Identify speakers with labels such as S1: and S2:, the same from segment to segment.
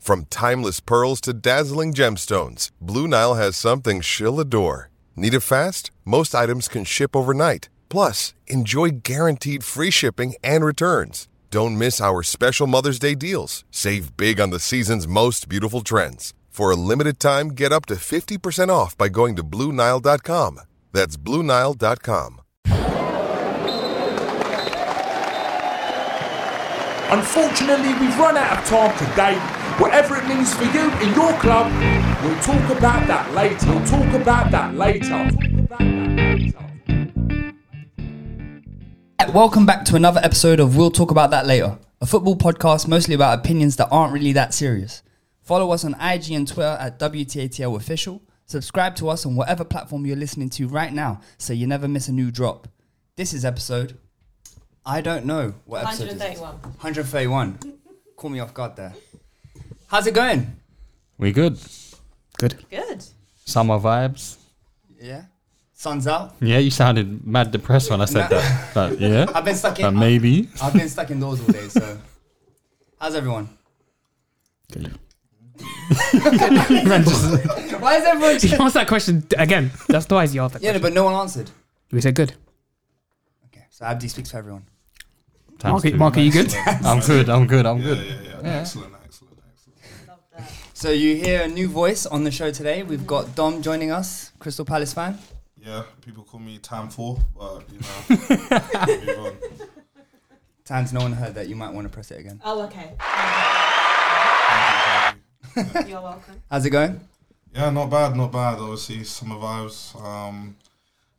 S1: From timeless pearls to dazzling gemstones, Blue Nile has something she'll adore. Need it fast? Most items can ship overnight. Plus, enjoy guaranteed free shipping and returns. Don't miss our special Mother's Day deals. Save big on the season's most beautiful trends. For a limited time, get up to 50% off by going to Blue Nile.com. That's Blue Nile.com.
S2: Unfortunately, we've run out of time today. Whatever it means for you in your club, we'll talk about that later. We'll talk about that later.
S3: Welcome back to another episode of We'll Talk About That Later, a football podcast mostly about opinions that aren't really that serious. Follow us on IG and Twitter at WTATL Official. Subscribe to us on whatever platform you're listening to right now so you never miss a new drop. This is episode. I don't know what episode. is this. 131. Call me off guard there. How's it going?
S4: We good.
S5: Good.
S4: Summer vibes.
S3: Yeah. Sun's out.
S4: Yeah, you sounded mad depressed when I said
S3: No.
S4: that. But yeah.
S3: I've been stuck in.
S4: But maybe.
S3: I've been stuck indoors all day, so. How's everyone?
S5: Man, just-
S3: Why is everyone.
S5: Just ask that question d- again. That's twice you asked that
S3: yeah, no,
S5: question.
S3: but no one answered.
S5: We said good.
S3: Okay, so Abdi speaks for everyone.
S4: Times
S5: Mark,
S4: two.
S5: Mark, are you good?
S4: I'm good. I'm good. I'm good.
S3: So you hear a new voice on the show today. We've got Dom joining us, Crystal Palace fan.
S2: Yeah, people call me Time 4, but you know. move on.
S3: Times no one heard that. You might want to press it again.
S5: Oh, okay. You're welcome.
S3: How's it going?
S2: Yeah, not bad, not bad. Obviously, summer vibes. Um,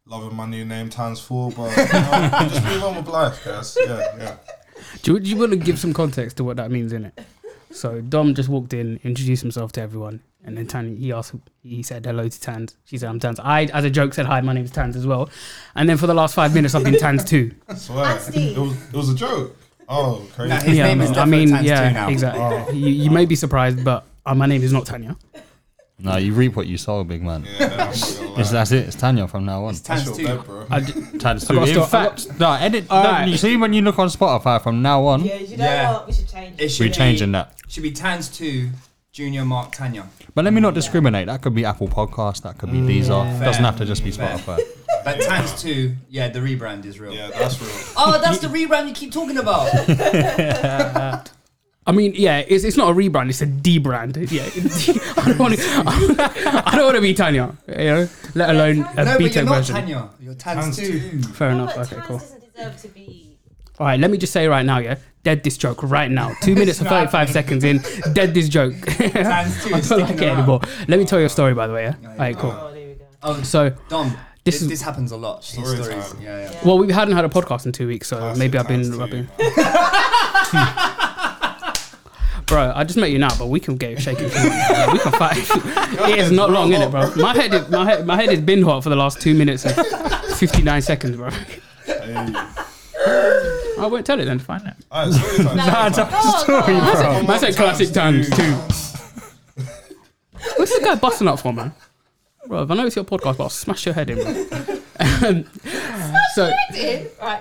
S2: loving my new name, Times 4, but you know, just move on with life, guys. Yeah, yeah.
S5: Do you, do you want to give some context to what that means, innit? So Dom just walked in, introduced himself to everyone, and then Tan he asked, he said hello to Tans. She said, "I'm Tans." I, as a joke, said, "Hi, my name's Tans" as well, and then for the last five minutes, I've been Tans too.
S2: Swear. It was, it was a joke. Oh, crazy.
S3: Nah, his
S5: Yeah,
S3: name is
S5: I
S3: definitely
S5: mean,
S3: Times
S5: yeah,
S3: Two now.
S5: exactly. You, you may be surprised, but uh, my name is not Tanya.
S4: No, you reap what you sow, big man. It's- that's it. It's Tanya from now on.
S3: It's Times two.
S5: I d-
S4: Times two.
S5: I got
S4: In
S5: still- I
S4: fact, no, edit.
S5: All
S4: no,
S5: right.
S4: You see, when you look on Spotify from now on,
S3: You know yeah. what? We should change. It should
S4: we're
S3: be-
S4: changing that.
S3: Should be Times two, Junior Mark Tanya. Mm,
S4: But let me not discriminate. That could be Apple Podcasts. That could be Deezer. Doesn't have to just be Spotify.
S3: But Times two, yeah, the rebrand is real.
S2: that's real.
S3: Oh, that's the rebrand you keep talking about.
S5: I mean, yeah, it's, it's not a rebrand; it's a debrand. Yeah, I don't want to. I don't want to be Tanya, you know, let alone a
S3: no, but
S5: beta
S3: you're not
S5: version.
S3: Tanya. You're Times,
S2: Times
S3: two.
S5: Fair enough. Okay, cool. All right, let me just say right now, yeah, dead this joke right now. Two minutes and thirty-five seconds in, dead this joke.
S3: Times two.
S5: I
S3: Is
S5: don't
S3: sticking
S5: like it
S3: around.
S5: anymore. Let me tell you a story, by the way. Yeah. All right, cool.
S3: Oh,
S5: So,
S3: Dom.
S5: This
S3: This,
S5: is-
S3: this happens a lot. These
S2: Story
S3: stories.
S2: time.
S3: Yeah, yeah.
S5: well, we hadn't had a podcast in two weeks, so Uh, maybe I've been
S2: Times
S5: rubbing.
S2: two.
S5: Bro, I just met you now, but we can get shaken. Yeah, we can fight. it is not long, in it, bro. My head, is, my head, my head has been hot for the last two minutes and fifty-nine seconds, bro. I won't tell it then. Find out.
S2: Alright, Ah, story Oh, time. Nah,
S5: That's a classic times too. What's this guy busting up for, man? Bro, if I know it's your podcast, but I'll smash your head in. Bro. um, so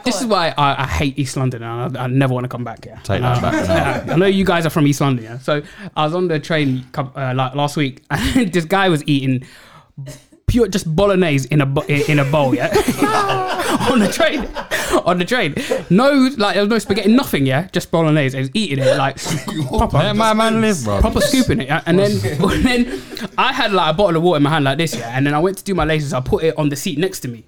S5: this is why I, I hate East London and I, I never want to come back here.
S4: Take that back.
S5: Yeah, I know you guys are from East London, yeah. So I was on the train cou- uh, like last week, and this guy was eating pure just bolognese in a bo- in, in a bowl, yeah. on the train. On the train. No, like, there was no spaghetti, nothing, yeah? Just bolognese. I was eating it, like, proper.
S1: Let my man live, bro.
S5: Proper scooping it, yeah, and then and then I had like a bottle of water in my hand like this, yeah. And then I went to do my lasers. I put it on the seat next to me,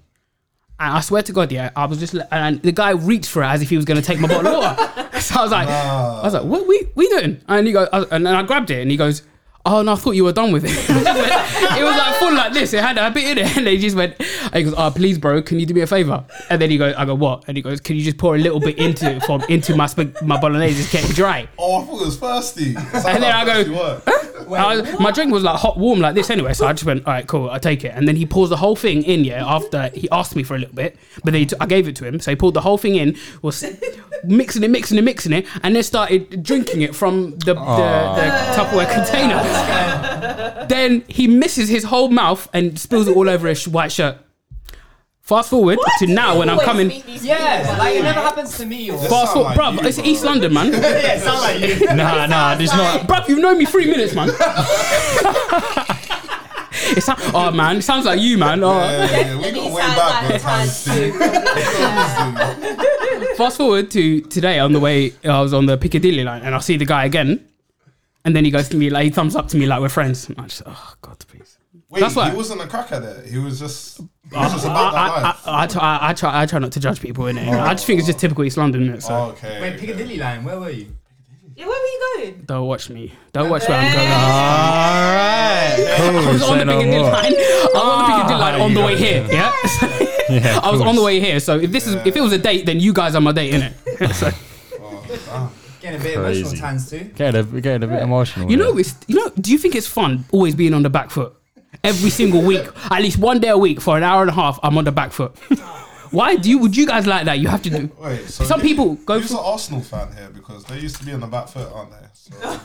S5: and I swear to God, yeah, I was just li- and the guy reached for it as if he was going to take my bottle of water. So I was like, I was like, what we we doing? And he goes, and then I grabbed it, and he goes. Oh no! I thought you were done with it. it was like full like this. It had a bit in it, and they just went. And he goes, "Oh please, bro, can you do me a favor?" And then he goes, "I go what?" And he goes, "Can you just pour a little bit into it from into my sp- my bolognese? Just get it dry."
S6: Oh, I thought it was thirsty.
S5: And then I go, huh? I was- my drink was like hot, warm, like this anyway. So I just went, all right, cool, I take it. And then he pours the whole thing in, yeah, after he asked me for a little bit, but then he t- I gave it to him. So he poured the whole thing in, was mixing it, mixing it, mixing it, and then started drinking it from the, the, the Tupperware container. then he misses his whole mouth and spills it all over his sh- white shirt. Fast forward to now when I'm coming.
S3: Yeah, like it never happens to me. Or
S5: Fast forward, bruv, it's East London, man.
S3: yeah, sound like you.
S1: Nah, nah, there's not.
S5: Bruv, you've known me three minutes, man. it sound, oh man, it sounds like you, man. Oh.
S6: we got way back on time
S5: Fast forward to today on the way, I was on the Piccadilly line and I see the guy again. And then he goes to me, like, he thumbs up to me like we're friends. And I just, oh, God, please.
S6: Wait,
S5: That's why-
S6: he wasn't a cracker there. He was just, he
S5: I,
S6: was just about that
S5: I-
S6: life.
S5: I- I try, I, try, I try not to judge people, innit? I just think it's just typical East London, innit? So
S6: okay.
S3: Wait, Piccadilly line, where were you?
S7: Yeah, where were you going?
S5: don't watch me. Don't watch where I'm going. I was on
S1: say
S5: the
S1: no
S5: Piccadilly
S1: more.
S5: line. I was on the Piccadilly line on the
S1: you
S5: way
S1: got it,
S5: here. Ah, Yeah.
S1: Yeah,
S5: I was on the way here, so if this is if it was a date, then you guys are my date, innit? so,
S3: Getting a bit emotional
S1: Crazy.
S3: times too.
S1: Getting a, getting a bit emotional.
S5: you
S1: yeah.
S5: know, it's you know. Do you think it's fun always being on the back foot every single week? At least one day a week for an hour and a half, I'm on the back foot. Why do you? Would you guys like that? You have to do.
S6: Wait, so
S5: Some
S6: you-
S5: people go
S6: Who's
S5: for-
S6: an Arsenal fan here? Because they used to be on the back foot, aren't they? So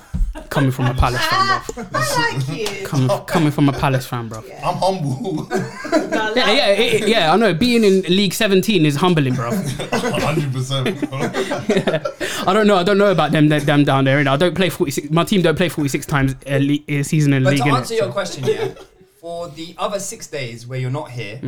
S5: Coming from a Palace fan, bro.
S7: I like you.
S5: Coming, coming from a Palace fan, bro.
S6: I'm humble.
S5: Yeah, yeah, yeah, yeah. I know. Being in League 17 is humbling, bro.
S6: 100%. bro.
S5: I don't know. I don't know about them them, them down there. And I don't play 46. My team don't play 46 times a, le- a season in the
S3: But
S5: league.
S3: to
S5: innit?
S3: answer your question, yeah, for the other six days where you're not here,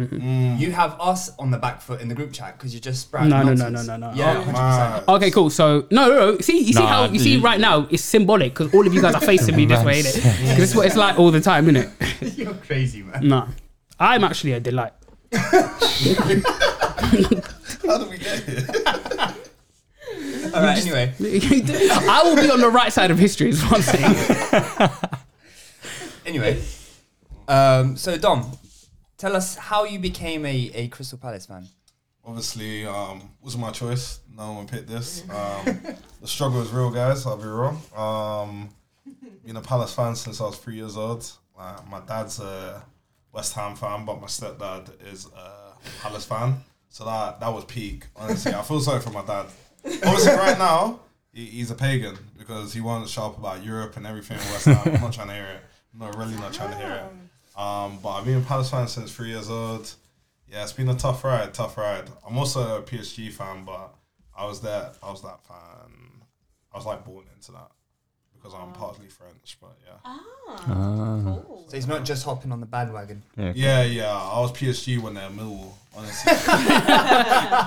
S3: you have us on the back foot in the group chat because you're just sprouting
S5: No, no, no,
S3: nonsense.
S5: no, no, no.
S3: Yeah, 100%.
S5: Okay, cool. So no, no, no. see, you see
S1: Nah,
S5: how you see
S1: dude.
S5: right now it's symbolic because all of you guys are facing me this way, innit? 'Cause this is what it's like all the time, innit?
S3: You're crazy, man.
S5: Nah, I'm actually a delight.
S6: How did we get here?
S3: All right, anyway.
S5: I will be on the right side of history, is what I'm saying.
S3: Anyway, um, so Dom, tell us how you became a, a Crystal Palace fan.
S6: Obviously, um, was my choice. No one picked this. Um, the struggle is real, guys. I'll be real. Um, been a Palace fan since I was three years old. Uh, my dad's a West Ham fan, but my stepdad is a Palace fan. So that that was peak. Honestly, I feel sorry for my dad. Obviously, right now he, he's a pagan because he wasn't sharp about Europe and everything. in West Ham. I'm not trying to hear it. No, really not trying to hear it. Um, but I've been a Palace fan since three years old. Yeah, it's been a tough ride. Tough ride. I'm also a PSG fan, but I was that I was that fan. I was like born into that because I'm partly French, but yeah.
S3: So he's not just hopping on the bandwagon.
S6: Yeah, yeah. I was PSG when they're Millwall, honestly.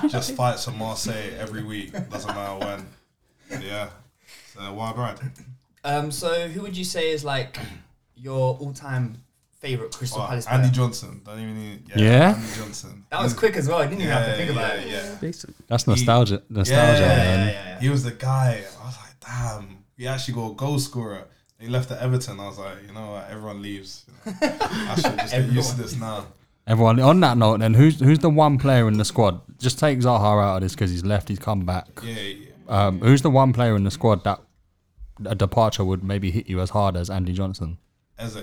S6: Just fights on Marseille every week. Doesn't matter when. But yeah. It's a wild ride.
S3: Um, so who would you say is like your all-time favorite Crystal
S6: But
S3: Palace player?
S6: Andy Johnson. Don't even need yeah,
S1: Yeah?
S6: Andy Johnson.
S3: that was quick as well. I didn't even have to think about
S6: yeah,
S3: it.
S6: yeah.
S1: That's nostalgia. Nostalgia,
S6: yeah,
S1: man.
S6: He was the guy. I was like, damn, we actually got a goal scorer. He left at Everton. I was like, you know what, everyone leaves. You know, I should just get used to this now.
S1: Everyone. On that note, then, who's who's the one player in the squad? Just take Zaha out of this because he's left. He's come back.
S6: Yeah, yeah.
S1: Um, who's the one player in the squad that a departure would maybe hit you as hard as Andy Johnson?
S6: Eze.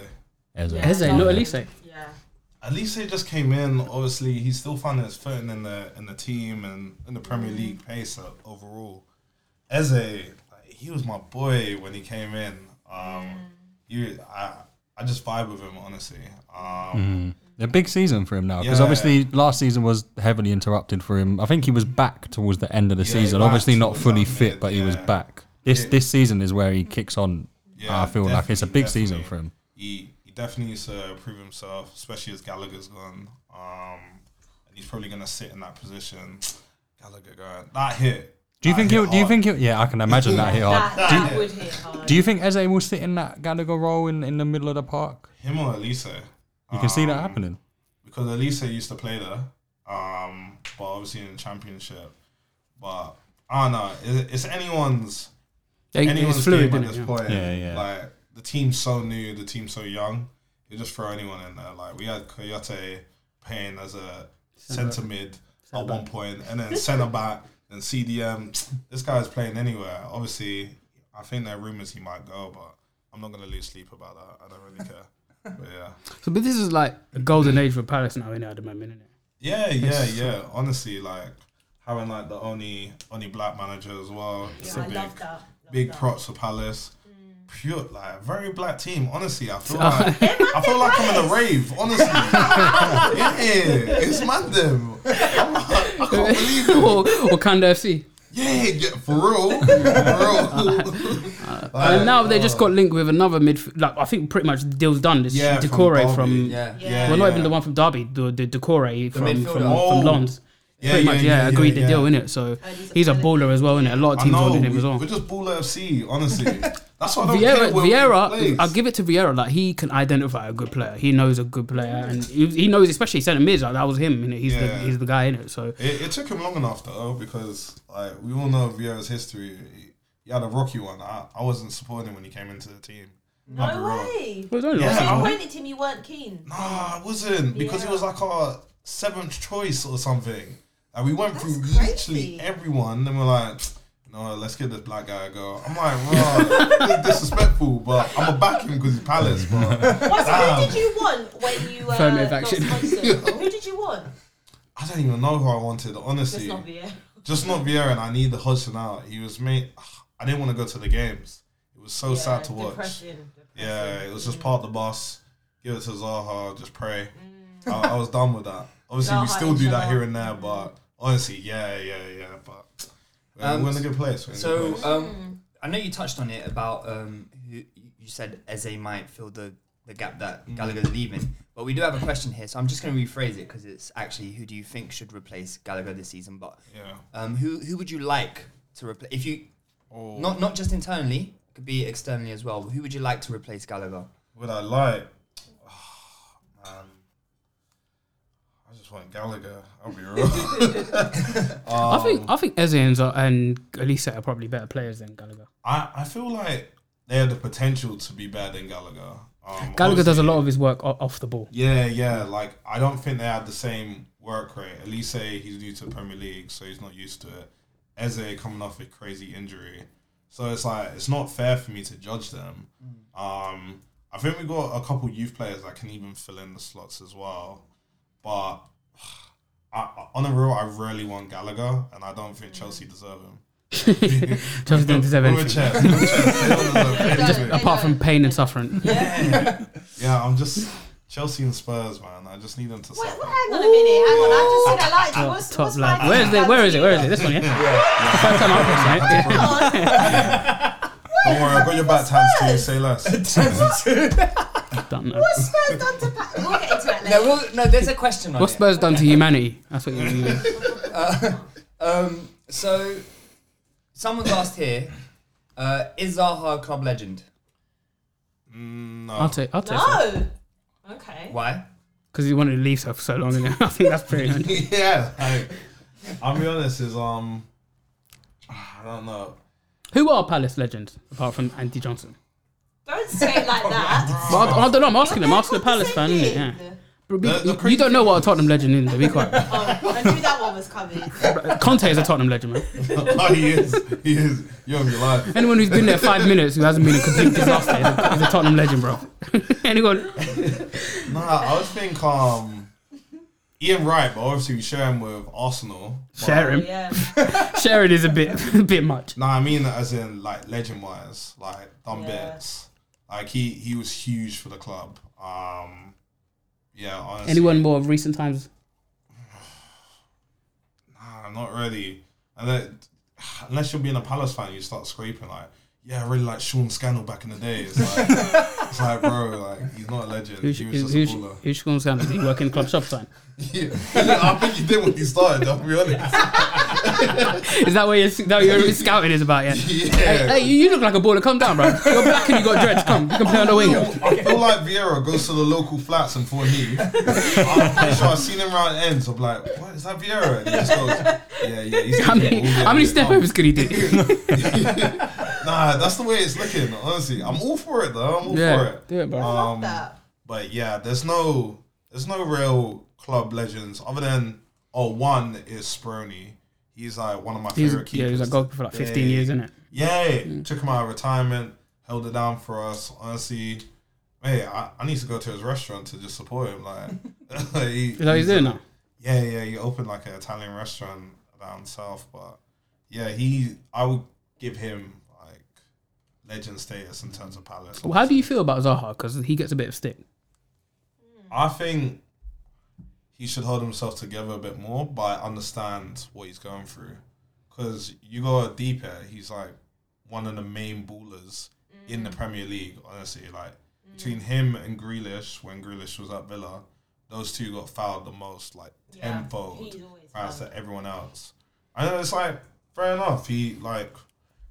S1: As a-
S5: Eze, not Elise.
S7: Yeah.
S6: At least they just came in. Obviously, he's still finding his footing in the in the team and in the Premier League pace o- overall. Eze, like, he was my boy when he came in. Um, he, I, I just vibe with him honestly. Um,
S1: A big season for him now because
S6: Yeah.
S1: obviously last season was heavily interrupted for him. I think he was back towards the end of the
S6: Yeah,
S1: season.
S6: back
S1: Obviously not
S6: towards
S1: fully
S6: that
S1: fit,
S6: mid,
S1: but he was
S6: yeah.
S1: back. This
S6: Yeah.
S1: this season is where he kicks on.
S6: Yeah,
S1: Mm. I feel like it's a
S6: definitely,
S1: big season
S6: definitely.
S1: for him.
S6: He he definitely needs to prove himself, especially as Gallagher's gone. Um, and and he's probably gonna sit in that position. Gallagher going that hit.
S1: Do you
S6: that
S1: think
S6: hit
S1: he'll? Do you
S6: hard."
S1: think he'll? Yeah, I can imagine that hit hard.
S6: That-
S1: do,
S6: that
S1: you,
S6: would hit hard.
S1: do you think Eze will sit in that Gallagher role in, in the middle of the park?
S6: Him or Elise?
S1: You can
S6: Um,
S1: see that happening.
S6: Because Elise used to play there, um, but obviously in the championship. But I don't know. It's, it's anyone's
S5: Yeah, it's
S6: anyone's
S5: fluid,
S6: game at
S5: innit?
S6: this
S5: Yeah.
S6: point.
S1: Yeah, yeah.
S6: Like the team's so new, the team's so young. You just throw anyone in there. Like we had Coyote paying as a
S5: Centre
S6: centre mid at one point, and then centre back and CDM. This guy's playing anywhere. Obviously, I think there are rumours he might go, but I'm not gonna lose sleep about that. I don't really care. But yeah.
S5: So, but this is like a golden age for Palace now, innit, at the moment, isn't it?
S6: Yeah, yeah, yeah. Honestly, like having like the only only black manager as well. It's
S7: Yeah,
S6: a
S7: I
S6: big,
S7: love that, love
S6: big
S7: that. Mm.
S6: props for Palace. Pure, like very black team. Honestly, I feel
S5: Oh.
S6: like I feel like I'm in a rave. Honestly, yeah, it's mad them. I can't believe it.
S5: or, or Kanda FC.
S6: Yeah, yeah, for real, for real. Uh,
S5: and now they just got linked with another midfield. Like I think pretty much the deal's done. This
S6: oh. Yeah, from
S5: Decore from,
S6: Derby. Yeah. Yeah,
S5: well, not
S6: yeah.
S5: even the one from Derby. The the Decore from from,
S6: midfielder.
S5: from
S6: Oh.
S5: Lons.
S6: Yeah,
S5: pretty
S6: yeah,
S5: much,
S6: yeah,
S5: yeah,
S6: yeah,
S5: agreed
S6: yeah.
S5: the deal, innit? So
S6: Oh,
S5: he's a baller as well, innit? A lot of
S6: I
S5: teams
S6: know,
S5: wanted him
S6: we,
S5: as well.
S6: We're just baller FC, honestly. That's why I don't
S5: Vieira,
S6: care where
S5: Vieira
S6: we
S5: I'll give it to Vieira. Like he can identify a good player. He knows a good player, and he, he knows especially centre mids. Like that was him. Innit? He's the
S6: Yeah.
S5: he's the guy in it. So
S6: It, it took him long enough though, because like we all know Vieira's history. He, he had a rocky one. I, I wasn't supporting him when he came into the team. I'll be
S7: No
S6: real.
S7: way.
S5: Well, don't
S7: you
S6: lie.
S7: disappointed him. You weren't keen.
S6: Nah, I wasn't because he was like our seventh choice or something. And we went through literally everyone, and we're like, no, let's give this black guy a go. I'm like, bro, this is disrespectful, but I'm gonna back him because he's Palace, bro.
S7: What, so who
S6: Damn.
S7: did you want when you uh,
S5: Affirmative
S7: got
S5: action.
S7: sponsored? who did you want?
S6: I don't even know who I wanted,
S7: Let's
S6: honestly.
S7: not be here.
S6: just not Vieira, and I need the Hudson out. He was made. I didn't want to go to the games. It was so sad to watch.
S7: depressing,
S6: Yeah, it was just part of the bus. Give it to Zaha. Just pray. I, I was done with that. Obviously, we
S7: Mm. Zaha
S6: still
S7: and
S6: do that
S7: Zaha.
S6: here and there, but honestly, yeah, yeah, yeah. But we're, we're in a good place. We're in a
S3: so
S6: good place.
S3: um, I know you touched on it about um, who you said Eze might fill the, the gap that Gallagher's leaving, but we do have a question here, so I'm just going to rephrase it because it's actually who do you think should replace Gallagher this season? But
S6: Yeah.
S3: um, who who would you like to replace if you not not just internally could be externally as well. Who would you like to replace Gallagher?
S6: Would I like? man. I just want Gallagher. I'll be real.
S7: Um,
S5: I think I think Eze and, Za- and Elisa are probably better players than Gallagher.
S6: I, I feel like they have the potential to be better than Gallagher. Um,
S5: Gallagher does a
S6: obviously-
S5: lot of his work o- off the ball.
S6: Yeah, yeah. Like I don't think they have the same work rate. Elise, he's new to the Premier League, so he's not used to it. Eze coming off a crazy injury, so it's like it's not fair for me to judge them. Um, I think we got a couple youth players that can even fill in the slots as well, but. I- I, on the real, I really want Gallagher, and I don't think Chelsea deserve him.
S5: Chelsea don't deserve
S6: With a
S5: anything.
S6: chest, with a chest, they don't deserve
S5: Just
S6: anything.
S5: apart from pain and suffering.
S6: Yeah. yeah, I'm just Chelsea and Spurs, man. I just need them to stop. it.
S7: Hang on a minute. Hang on. I just said I liked you.
S5: Top,
S7: What's,
S5: top
S7: what's
S5: lad.
S7: my
S5: Where's the, where is it? Where is it? This one, yeah? The First time I've watched it, yeah.
S6: Don't worry, I've got your back times too. Say less.
S5: Don't know.
S7: What's Spurs done to Pat? We'll get into that later.
S3: No, well, no, there's a question on
S5: What's
S3: it.
S5: Spurs done to humanity? That's what you mean.
S3: Um, so someone's asked here, uh, is Zaha a club legend?
S6: No.
S5: I'll take. I'll take.
S7: No. Okay.
S3: Why?
S5: Because he wanted to leave for so long. innit? I think that's pretty. Much.
S6: yeah, like, I'll be honest. Is um, I don't know.
S5: Who are Palace legends apart from Andy Johnson?
S7: Don't say it like that.
S5: Well, I, I don't know. I'm asking him. I'm asking a Palace fan. Innit? Yeah. But we-
S6: The- the
S5: you don't know what a Tottenham legend is. To be quiet.
S7: Oh, I knew that one was coming.
S5: Conte is a Tottenham legend, man.
S6: oh, he is. He is. You're on your life.
S5: Anyone who's been there five minutes who hasn't been a complete disaster is a, is a Tottenham legend, bro. Anyone?
S6: Nah, I would think um, Ian Wright, but obviously we share him with Arsenal. but-
S5: Share him.
S7: Yeah.
S5: Sharon is a bit, a bit much.
S6: No, I mean as in like legend wise, like dumb
S7: Yeah.
S6: bits. Like he he was huge for the club. Um, yeah, honestly.
S5: Anyone more of recent times?
S6: Nah, not really. And then, unless you're being a Palace fan, you start scraping. Like yeah, I really like Sean Scannell back in the day. It's like, it's like bro, like he's not a legend.
S5: Who's
S6: he was just
S5: who's
S6: a baller.
S5: who's going to sound? You work in club shop sign.
S6: Yeah, I think he did when he started. I'll be honest.
S5: Is that what your, that what your scouting is about? Yeah. Hey, hey, you you look like a baller. Come down, bro. You're black and you got dreads. Come, you can play on the wing.
S6: I feel like Vieira goes to the local flats in Fort Heath. I'm pretty sure I've seen him around ends. I'm like, what is that Vieira? And he just goes, yeah, yeah. He's
S5: How many, how many step overs could he do?
S6: Nah, that's the way it's looking. Honestly, I'm all for it though. I'm all
S5: Yeah,
S6: for it. Um,
S5: do it, bro. I
S7: love that.
S6: But yeah, there's no there's no real club legends other than oh one is Spironi. He's like one of my
S5: He's-
S6: favorite keepers.
S5: yeah, he was a goalkeeper for, like, 15 years, innit?
S6: Yeah, took him out of retirement, held it down for us. Honestly, hey, I, I need to go to his restaurant to just support him. Like, he,
S5: Is that what he's doing now?
S6: Yeah, yeah, he opened like an Italian restaurant down south, but yeah, he I would give him like legend status in terms of Palace.
S5: Well, how do you feel about Zaha? Because he gets a bit of stick.
S6: I think he should hold himself together a bit more, but I understand what he's going through. Because you go deeper, he's like one of the main ballers in the Premier League, honestly. Like between him and Grealish, when Grealish was at Villa, those two got fouled the most, like
S7: Yeah,
S6: tenfold,
S7: he's always
S6: as to everyone else. I know it's like fair enough. He like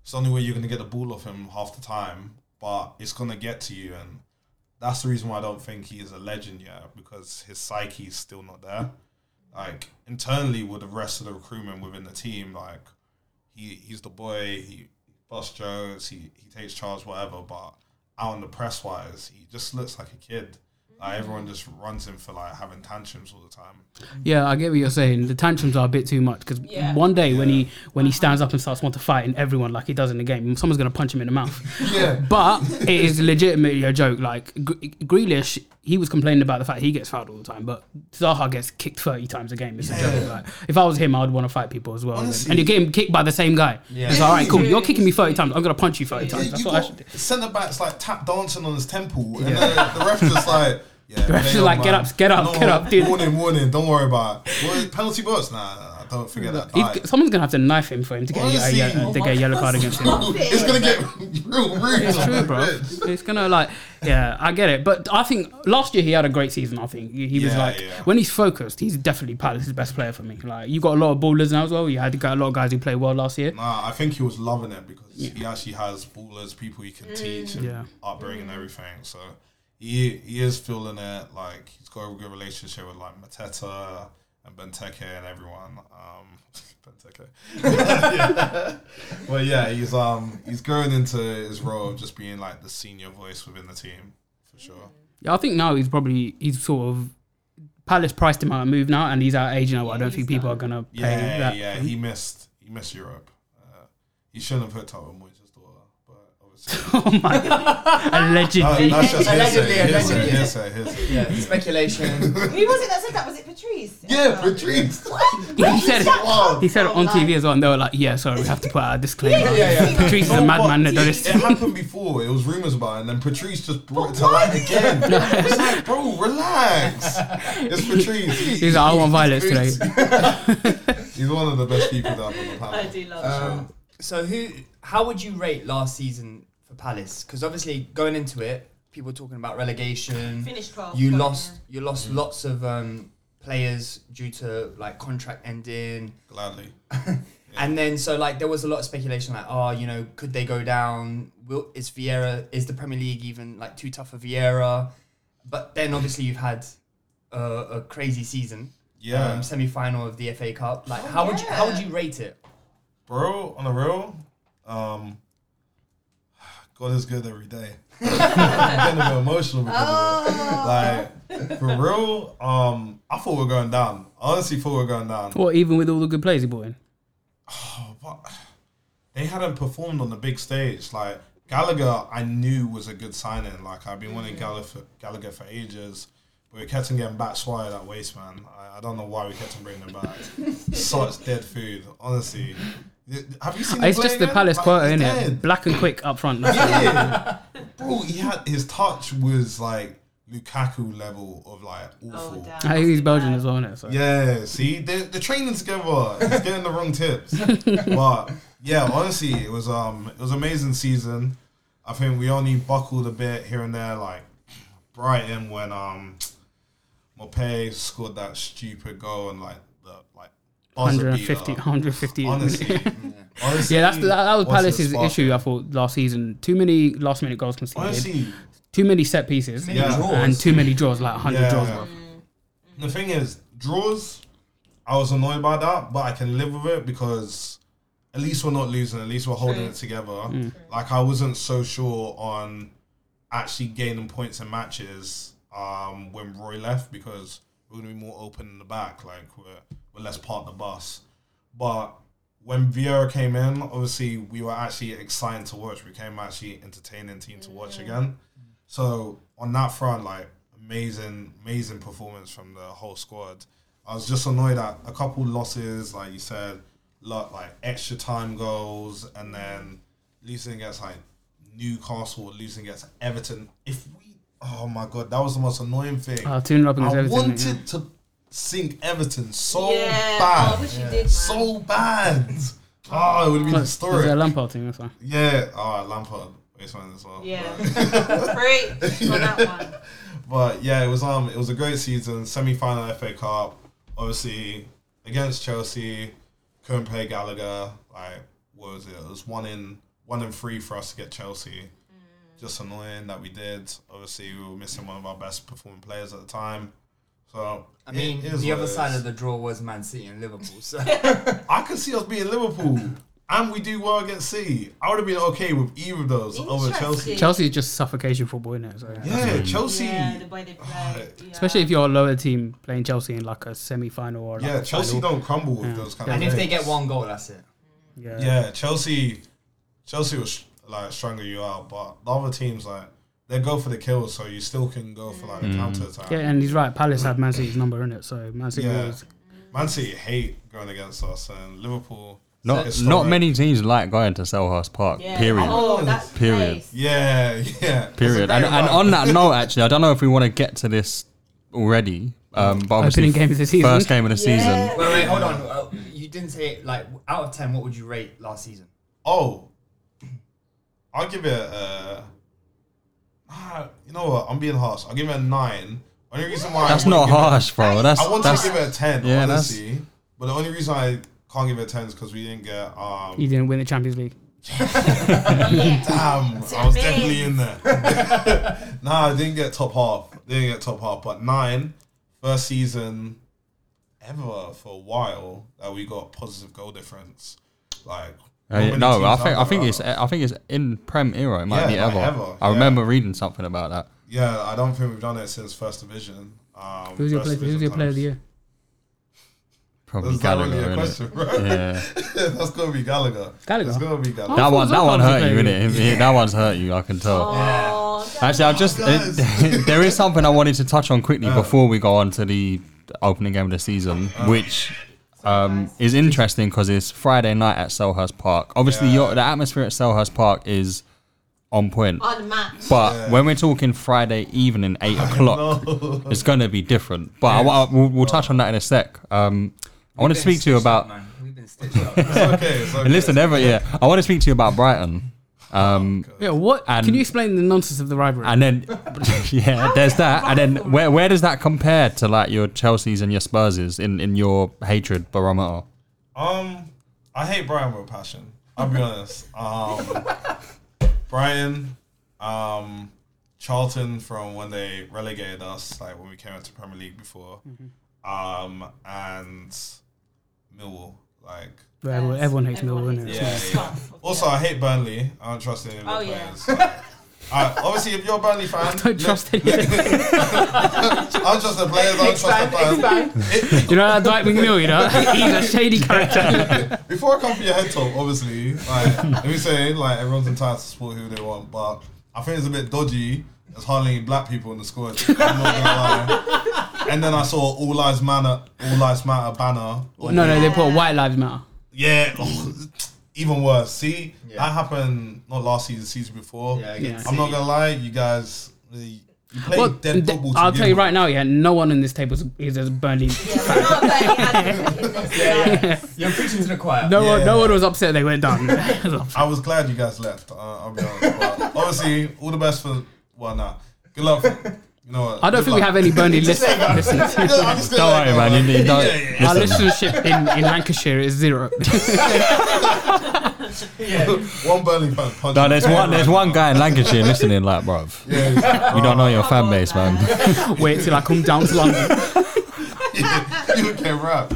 S6: it's the only way you're gonna get the ball off him half the time, but it's gonna get to you, and that's the reason why I don't think he is a legend yet because his psyche is still not there. Like internally with the rest of the recruitment within the team, like he he's the boy. He busts jokes. He he takes charge, whatever. But out in the press wise, he just looks like a kid. Like everyone just runs him for like having tantrums all the time.
S5: Yeah, I get what you're saying. The tantrums are a bit too much because
S6: Yeah.
S5: one day when he when he stands up and starts wanting to fight and everyone like he does in the game, someone's gonna punch him in the mouth.
S6: Yeah.
S5: But it is legitimately a joke. Like Gr- Grealish, he was complaining about the fact he gets fouled all the time, but Zaha gets kicked thirty times a game. It's a joke. Like, if I was him, I would want to fight people as well.
S6: Honestly.
S5: And you're getting kicked by the same guy.
S6: Yeah.
S5: It's all right, cool. You're kicking me thirty times. I'm gonna punch you thirty times. That's
S6: you
S5: what I
S6: got
S5: should do.
S6: centre backs like tap dancing on his temple, and
S5: Yeah.
S6: the, the ref just like. Yeah,
S5: The
S6: play
S5: ref's just
S6: on,
S5: like, "Get
S6: man.
S5: up, get up, get up, dude."
S6: Warning, warning, don't worry about it. What, penalty box? Nah, nah, nah, don't forget that.
S5: He's- someone's gonna have to knife him for him to get a,
S6: Honestly.
S5: a, a, to get a yellow card against him.
S6: It's gonna get real rude.
S5: It's true, bro. It's gonna like, yeah, I get it. But I think last year he had a great season. I think he, he was
S6: Yeah,
S5: like,
S6: yeah.
S5: when he's focused, he's definitely Palace's best player for me. Like, you got a lot of ballers now as well. You had got a lot of guys who played well last year.
S6: Nah, I think he was loving it because he actually has ballers, people he can teach, and
S5: Yeah.
S6: upbringing and everything. So he he is feeling it. Like he's got a good relationship with like Mateta and Benteke and everyone. Um, Benteke. yeah. But yeah, he's um he's growing into his role of just being like the senior voice within the team for sure.
S5: Yeah, I think now he's probably he's sort of Palace priced him out of move now, and he's out of age now. I don't think people are gonna pay
S6: Yeah,
S5: that.
S6: yeah, he missed he missed Europe. Uh, he shouldn't have hooked up with Moises' daughter, but obviously.
S5: oh my god, allegedly.
S6: No, that's just
S3: Allegedly,
S6: hearsay, hearsay,
S3: allegedly.
S6: hearsay, hearsay.
S3: Yeah, speculation.
S7: Who was it that said that? Was it Patrice?
S6: Yeah, Patrice.
S5: he said
S7: Patrice said
S5: it.
S7: that?
S5: He said it on TV as well, and they were like, "Yeah, sorry, we have to put out a disclaimer."
S6: Yeah, yeah, yeah.
S5: Patrice is a
S6: No,
S5: madman.
S6: but
S5: that don't
S6: It
S5: listen.
S6: happened before. It was rumors about, it, and then Patrice just brought it to light again. It's like, bro, relax. It's Patrice. He-
S5: He's like, "I want violence today."
S6: He's one of the best people that I've on the panel.
S7: I do love
S3: Um, so who? How would you rate last season for Palace? Because obviously going into it, people were talking about relegation.
S7: Finished 12th,
S3: You
S7: but-
S3: lost. You lost
S6: Mm.
S3: lots of um, players due to like contract ending.
S6: Gladly.
S3: And then, so like, there was a lot of speculation, like, oh, you know, could they go down? Will is Vieira? Is the Premier League even like too tough for Vieira? But then, obviously, you've had uh, a crazy season.
S6: Yeah.
S3: semi final of the FA Cup.
S7: Oh,
S3: Like, how would you how would you rate it?
S6: bro, on the real, um, God is good every day. I'm getting a bit emotional because of it. Like, for real, um, I thought we were going down. I honestly thought we were going down.
S5: What, even with all the good players he brought in?
S6: they hadn't performed on the big stage. Like Gallagher, I knew was a good signing. Like I've been wanting Gallagher for, Gallagher for ages, but we kept on getting back swire that waste man. I, I don't know why we kept on bringing him back. Such dead food, honestly. Have you seen? him
S5: Ah, It's
S6: play
S5: just the
S6: again?
S5: Palace
S6: Like,
S5: quota,
S6: he's
S5: isn't
S6: dead.
S5: it? Black and quick up front. That's
S6: Yeah. Bro, he had his touch was like Lukaku level of like
S8: Oh,
S6: awful.
S5: it. I think he's Belgian as well, isn't it? So.
S6: Yeah, see, they're, they're training together. He's getting the wrong tips. but yeah, honestly, it was um it was amazing season. I think we only buckled a bit here and there, like Brighton when um Mopé scored that stupid goal and like the like buzzer beater.
S5: 150, 150
S6: Honestly, honestly,
S5: yeah, that's that, that
S6: what's
S5: was
S6: the
S5: Palace's
S6: spark?
S5: issue. I thought last season, too many last minute goals conceded,
S6: Honestly.
S5: too many set pieces,
S6: Too many Yeah. draws.
S5: and too many draws, like 100
S6: Yeah.
S5: draws. Bro.
S6: The thing is, draws, I was annoyed by that, but I can live with it because at least we're not losing, at least we're holding
S5: True.
S6: it together.
S5: Mm.
S6: Like, I wasn't so sure on actually gaining points in matches um, when Roy left because we're going to be more open in the back, like, we're, we're less part of the bus. But when Vieira came in, obviously, we were actually exciting to watch. We became actually entertaining team to watch again. So on that front, like amazing, amazing performance from the whole squad. I was just annoyed at a couple losses, like you said, lot like extra time goals, and then losing against like Newcastle, losing against Everton. If we, oh my god, that was the most annoying thing.
S5: Oh, 2-0 up against
S6: I
S5: Everton,
S6: wanted
S5: yeah.
S6: to sink Everton so
S8: Yeah, oh, I
S6: bad,
S8: wish you
S6: Yeah.
S8: did, man.
S6: so bad. Oh, it would have been
S5: Well,
S6: historic.
S5: there's a Lampard thing, that's why.
S6: Yeah. Oh, Lampard. It's one as well.
S8: Yeah.
S6: But-
S8: Preach on that one.
S6: But yeah, it was um, it was a great season. Semi final FA Cup, obviously against Chelsea. Couldn't play Gallagher. Like, what was it? It was one in one in three for us to get Chelsea. Just annoying that we did. Obviously, we were missing one of our best performing players at the time. So
S3: I
S6: it
S3: mean,
S6: is
S3: the
S6: what
S3: other
S6: it
S3: side
S6: is.
S3: of the draw was Man City and Liverpool. So
S6: I could see us being Liverpool, and we do well against City. I would have been okay with either of those over Chelsea.
S5: Chelsea is just suffocation football, isn't it? So, that's
S6: Yeah,
S5: what I mean.
S6: Chelsea.
S8: Yeah, the way they play.
S5: Especially if you're a lower team playing Chelsea in like a semi final or like
S6: Yeah,
S5: a
S6: Chelsea
S5: final.
S6: don't crumble with those kind of
S3: and if they
S6: games.
S3: get one goal, that's it.
S5: Yeah.
S6: Yeah, Chelsea, Chelsea will sh- like strangle you out, but the other teams like they go for the kill, so you still can go for like a
S5: Mm.
S6: counter attack.
S5: Yeah, and he's right. Palace had Man City's number in it, so Man City
S6: yeah,
S5: was
S6: Man City hate going against us, and Liverpool.
S1: Not
S6: historic.
S1: not many teams like going to Selhurst Park.
S6: Yeah.
S1: Period.
S6: Oh, that's
S1: period.
S6: Yeah, yeah.
S1: Period. And, and on that note, actually, I don't know if we want to get to this already, um, but obviously,
S5: Opening game of the season.
S1: first game of the
S3: Wait,
S1: season.
S3: wait, hold on. Uh, you didn't say like out of ten. What would you rate last season?
S6: Oh, I'll give it a. Uh, you know what? I'm being harsh. I'll give it a nine. Only reason why I
S1: That's
S6: wanna
S1: not
S6: give it-
S1: harsh, bro. That's-
S6: I want
S1: that's-
S6: to give it a ten.
S1: yeah, that's-
S6: honestly. But the only reason I can't give it a ten is because we didn't get. Um,
S5: you didn't win the Champions League.
S6: Damn, I was definitely in there. nah, I didn't get top half. Didn't get top half, but nine, first season ever for a while that we got positive goal difference. Like
S1: Uh, yeah,
S6: not
S1: no,
S6: many
S1: I
S6: teams
S1: think I
S6: have
S1: think
S6: that.
S1: it's I think it's in Prem era. It might
S6: Yeah,
S1: be
S6: it
S1: ever.
S6: might ever,
S1: I
S6: yeah.
S1: remember reading something about that.
S6: Yeah, I don't think we've done it since first division. Um,
S5: Who's your
S6: first
S5: player?
S6: division
S5: Who's your player
S6: times.
S5: of the year?
S1: Probably
S6: That's not
S1: Gallagher.
S6: really a
S1: innit?
S6: question, bro.
S1: Yeah.
S6: That's gonna be Gallagher.
S5: Gallagher?
S6: It's gonna be Gallagher.
S1: That one, that one hurt you, innit? it? That one's hurt you. I can tell.
S8: Oh,
S1: Actually, I've just it, there is something I wanted to touch on quickly before we go on to the opening game of the season, which um, is interesting because it's Friday night at Selhurst Park. Obviously, your, the atmosphere at Selhurst Park is on point.
S8: Unmatched.
S1: But
S8: Yeah.
S1: when we're talking Friday evening, eight o'clock,
S8: know.
S1: it's going to be different. But I, I- we'll, we'll touch on that in a sec. Um, I want to speak to you about. Listen, ever, yeah. I want to speak to you about Brighton. Um,
S5: Yeah, what?
S1: And-
S5: can you explain the nonsense of the rivalry?
S1: and then, yeah, there's that. And then, where where does that compare to like your Chelseas and your Spurses in in your hatred barometer?
S6: Um, I hate Brian with a passion. I'll be honest. Um, Brian, um, Charlton from when they relegated us, like when we came into Premier League before, um, and Millwall, like.
S5: Where everyone- everyone hates Millwall,
S6: Yeah,
S5: innit? It's
S6: yeah. Also, I hate Burnley. I don't trust any of their
S8: Oh, yeah.
S6: players. Like, I- obviously, if you're a Burnley fan, I don't trust any. I'm just the players. I don't trust the fans.
S5: you know that Dwight McNeil, you know? He's a shady character.
S6: Before I come for your head talk, obviously, like let me say, like everyone's entitled to support who they want, but I think it's a bit dodgy. There's hardly any black people in the squad. I'm not gonna lie. And then I saw All Lives Matter, All Lives Matter banner.
S5: no, no, they put White Lives Matter.
S6: Yeah, oh, even worse. See, that happened not last season, season before.
S5: I can Yeah.
S6: I'm not
S5: see.
S6: gonna lie, you guys. eh, You play
S5: Well,
S6: dead
S5: th-
S6: football. to
S5: I'll tell
S6: begin
S5: you
S6: with.
S5: right now, yeah, no one on this table is- is as Burnley.
S3: You're preaching to the choir.
S5: No one, no one was upset they went down.
S6: I was glad you guys left. Uh, I'll be honest. But obviously, all the best for. Well, nah. Good luck. For, you know what?
S5: I don't
S6: Good
S5: think we
S6: luck.
S5: have any Burnley
S6: Just
S5: listen-
S6: say that.
S5: listeners.
S6: Yeah, I'm just gonna let
S1: worry,
S6: go,
S1: man, you need- don't-
S5: Our
S1: listen.
S5: listenership in, in Lancashire is zero.
S6: One Burnley fan. punch
S1: No,
S6: him.
S1: there's one. There's one guy in Lancashire listening, like, bruv.
S6: Yeah.
S1: You don't know your fan base, man.
S5: Wait till I come down to London.
S6: you can rap.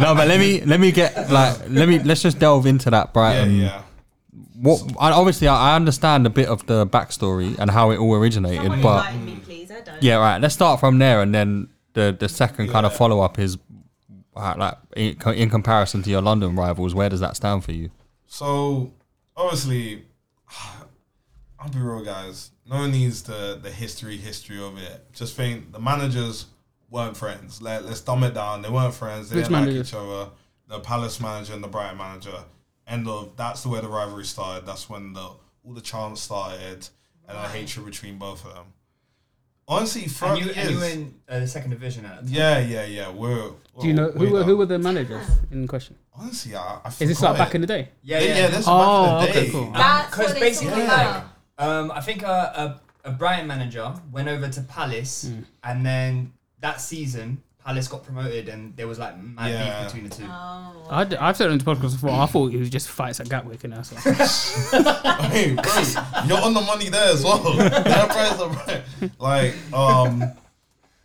S1: no, but let me let me get like let me let's just delve into that Brighton.
S6: Yeah, yeah.
S1: What I, obviously I I understand a bit of the backstory and how it all originated,
S8: Someone
S1: but
S8: enlighten me, please. I don't.
S1: yeah, right. Let's start from there, and then the the second kind of follow up is uh, like in, co- in comparison to your London rivals, where does that stand for you?
S6: So obviously, I'll be real, guys. No one needs the the history history of it. Just think the managers weren't friends. Let let's dumb it down. They weren't friends. They
S5: Which
S6: didn't
S5: managers?
S6: like each other. The Palace manager and the Brighton manager. End of. That's the way the rivalry started. That's when the all the chants started and the hatred between both of them. Honestly, for
S3: and you, and you were in uh, the second division at the time.
S6: Yeah, yeah, yeah. We're
S5: Do you know
S6: way
S5: who were,
S6: down.
S5: who were the managers in question?
S6: Honestly, I, I
S5: is this
S6: forgot
S5: like back
S6: it.
S5: in the day?
S3: Yeah, yeah,
S6: this is back
S5: oh,
S6: in the
S5: okay,
S6: day.
S5: cool.
S8: That's
S3: Because
S8: what it's
S3: basically,
S8: all
S3: like,
S8: about.
S3: um, I think a, a, a Brighton manager went over to Palace,
S1: Hmm.
S3: and then that season, Palace got promoted, and there was like mad
S5: Yeah.
S3: beef between the two.
S8: Oh,
S5: I d- I've said it on the podcast before. I thought it was just fights at Gatwick and that's
S6: hey, bro, you're on the money there as well. That price are right. Like, um,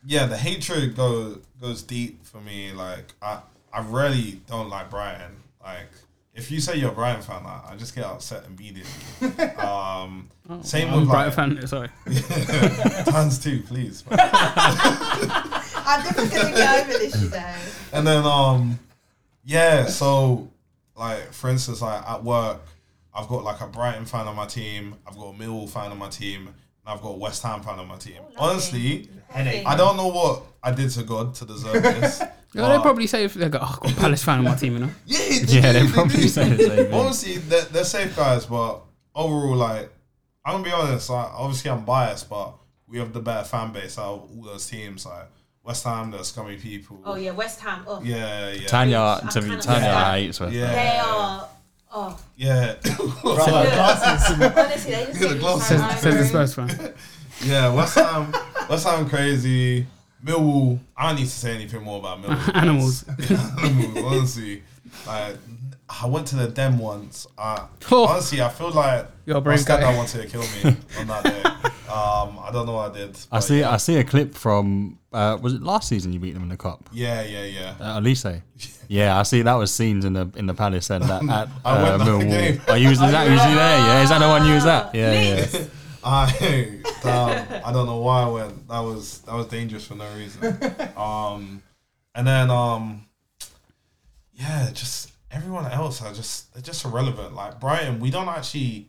S6: yeah, the hatred goes goes deep for me. Like, I I really don't like Brighton. Like, if you say you're a Brighton fan, I, I just get upset immediately. Um,
S5: Oh,
S6: same
S5: I'm
S6: with
S5: a Brighton
S6: like,
S5: fan, sorry.
S6: Tons too, please.
S7: I'm never gonna get over this, you know.
S6: and then um yeah so like for instance like at work i've got like a brighton fan on my team i've got a millwall fan on my team and i've got a west ham fan on my team honestly
S3: Headache.
S6: i don't know what i did to god to deserve this
S5: No, they probably say if they go, oh, I've got a Palace fan on my team, you know?
S1: Yeah, they probably say the same thing.
S6: Honestly, they're, they're safe guys, but overall, like, I'm gonna be honest. Like, obviously, I'm biased, but we have the better fan base out of all those teams. Like West Ham, they're scummy people.
S8: Oh yeah, West Ham. Oh.
S6: Yeah, yeah.
S1: Tanya,
S8: I'm
S1: to be,
S8: kind of
S1: Tanya
S8: upset.
S1: hates West
S6: Yeah.
S1: Ham.
S8: They are. Oh.
S6: Yeah.
S8: Honestly, they just
S6: Look at the
S8: make me
S6: glasses.
S8: so angry.
S5: Oh, Says the Spurs fan.
S6: Yeah, um, West Ham, West Ham crazy. Millwall, I don't need to say anything more about Millwall.
S5: Animals.
S6: Animals, honestly. Like, I went to the den once. I,
S5: Oh.
S6: honestly, I feel like
S5: You're a
S6: my
S5: brave guy.
S6: stepdad wanted to kill me on that day. Um, I don't know what I did.
S1: I see. I see a clip from uh, was it last season you beat them in the cup?
S6: Yeah, yeah, yeah.
S1: Uh, Elise. Yeah, I see that was scenes in the in the palace and that at
S6: I went
S1: uh,
S6: that
S1: Millwall.
S6: game.
S1: Oh, you was, is that, was you there? Yeah, is that the one you was at? Yeah, yeah.
S6: I damn, I don't know why I went. That was that was dangerous for no reason. Um, and then um, yeah, just everyone else are just they're just irrelevant. Like Brighton, we don't actually.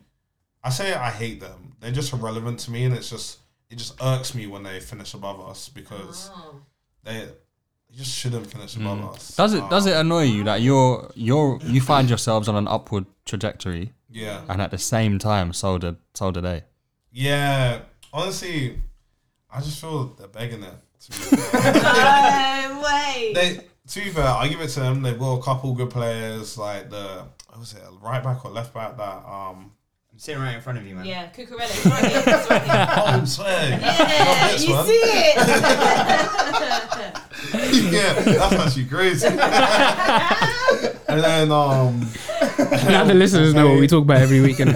S6: I say I hate them. They're just irrelevant to me, and it's just it just irks me when they finish above us because
S8: Oh.
S6: they, they just shouldn't finish above us.
S1: Mm. Does it does it annoy you that you're you're you find yourselves on an upward trajectory?
S6: Yeah.
S1: And at the same time, so did so did they.
S6: Yeah, honestly, I just feel they're begging it. To be
S8: No way.
S6: they to be fair, I give it to them. They've got a couple good players, like the what was it, right back or left back that um
S3: I'm sitting right in front of you, man.
S8: Yeah, Cucurella. It's right here, it's right here.
S6: oh swag.
S8: Yeah,
S6: this
S8: you
S6: one.
S8: see it.
S6: yeah, that's actually crazy. and then um
S5: now the listeners know what we talk about every weekend.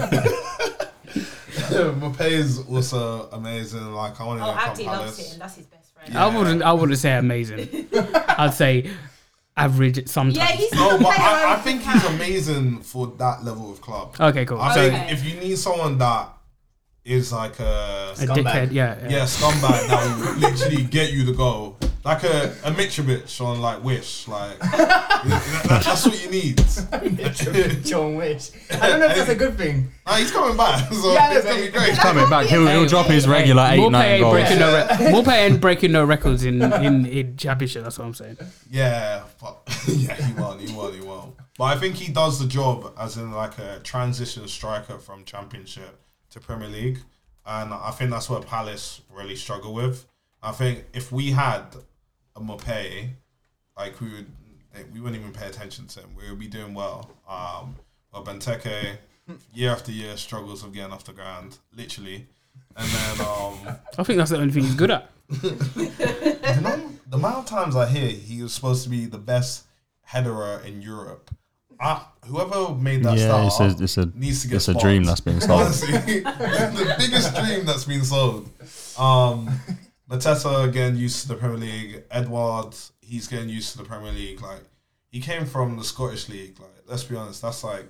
S6: Mbappe is also amazing. Like I want to
S8: Oh,
S6: come
S8: Abdi loves it,
S6: Palace.
S8: and that's his best friend.
S5: I wouldn't I wouldn't say amazing. I'd say average at sometimes.
S8: Yeah, he's
S6: No,
S8: not
S6: Oh, but
S8: player
S6: I, I
S8: over
S6: think
S8: the
S6: he's
S8: town.
S6: amazing for that level of club.
S5: Okay, cool.
S6: I
S5: So-
S6: think if you need someone that is like a,
S5: A dickhead, yeah, yeah.
S6: scumbag that will literally get you the goal, like a a Mitrovic on like Wish, like that- that's what you need.
S3: John Wish. I don't know if that's a good thing.
S6: Nah, Ah, he's coming back, so
S3: Yeah, I know,
S6: it's
S3: but-
S6: gonna be great.
S1: Coming back, he'll, he'll drop his regular eight
S5: More
S1: nine
S5: pay
S1: goals.
S5: breaking no re- Morpay ain't breaking no records in, in, in championship, that's what I'm saying.
S6: Yeah, but yeah, he won't, he won't, he won't. But I think he does the job as in like a transition striker from Championship to Premier League. and I think that's where Palace really struggle with. I think if we had a Mopay, like we would, eh, we wouldn't even pay attention to him. We would be doing well. Um, but Benteke, year after year, struggles of getting off the ground, literally. And then um,
S5: I think that's the only thing he's good at.
S6: you know, the amount of times I hear he was supposed to be the best headerer in Europe. I, whoever made that
S1: Yeah,
S6: star
S1: it's a- it's a-
S6: needs to get
S1: it's a dream that's being sold.
S6: Honestly, the biggest dream that's been sold. Um, Mateta again used to the Premier League. Edward, he's getting used to the Premier League. Like he came from the Scottish League. Like let's be honest, that's like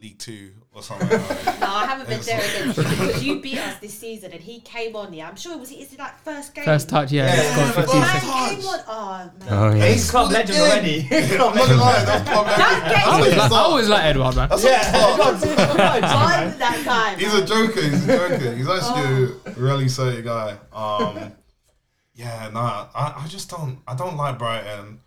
S6: League Two or something. like.
S8: No, I haven't been
S6: It's
S8: there
S6: like-
S8: against you because you beat us this season and he came on. Yeah, I'm sure it was. Is it like first game?
S5: First touch, yeah, he scored 15
S8: Man
S5: seconds.
S8: came on. Oh, man.
S5: Oh, yeah. He's
S3: club legend already. Club legend.
S5: I always, like, I always like Edward, man.
S6: Oh,
S8: Why that guy?
S6: He's a joker. He's a joker. He's actually a really silly guy. Um, yeah, nah. I, I just don't. I don't like Brighton.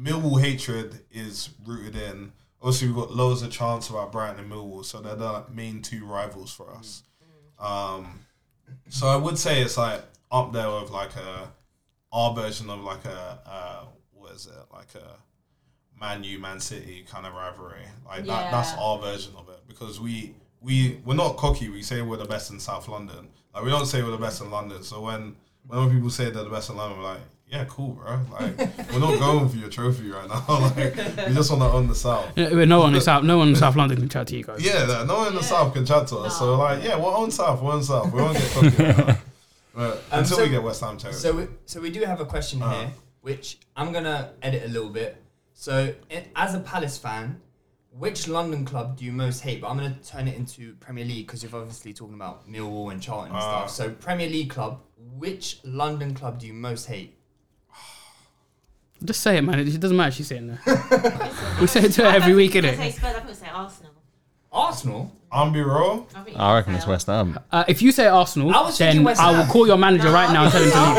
S6: Millwall hatred is rooted in. Obviously, we've got loads of chance about Brighton and Millwall, so they're the main two rivals for us. Um, so I would say it's like up there with like a our version of like a uh, what is it like a Man U Man City kind of rivalry. Like that, that's
S8: Yeah.
S6: our version of it because we we we're not cocky. We say we're the best in South London. Like we don't say we're the best in London. So when when people say they're the best in London, we're like, yeah, cool, bro. Like we're not going for your trophy right now. like we just want to own the South.
S5: Yeah, but no one in South, no one in South London can chat to you guys.
S6: Yeah, no, no one in the South can chat to us. So like, yeah, we're on South. We're on South. We won't get cocky right now. But
S3: Um,
S6: until
S3: so-
S6: we get West Ham territory.
S3: So, we, so we do have a question
S6: Uh-huh.
S3: here, which I'm gonna edit a little bit. So, i as a Palace fan, which London club do you most hate? But I'm gonna turn it into Premier League because you're obviously talking about Millwall and Charlton and
S6: Ah.
S3: stuff. So, Premier League club, which London club do you most hate?
S5: Just say it, man. It doesn't matter. She's sitting there. we say it to her every week,
S8: I say
S5: innit?
S8: Spurs. I'm gonna say Arsenal.
S3: Arsenal.
S6: I'm be real.
S1: I reckon it's West Ham.
S5: Uh, if you say Arsenal,
S3: I was
S5: then
S3: thinking West
S5: I will
S3: Ham.
S5: call your manager
S3: No,
S5: right now and tell him to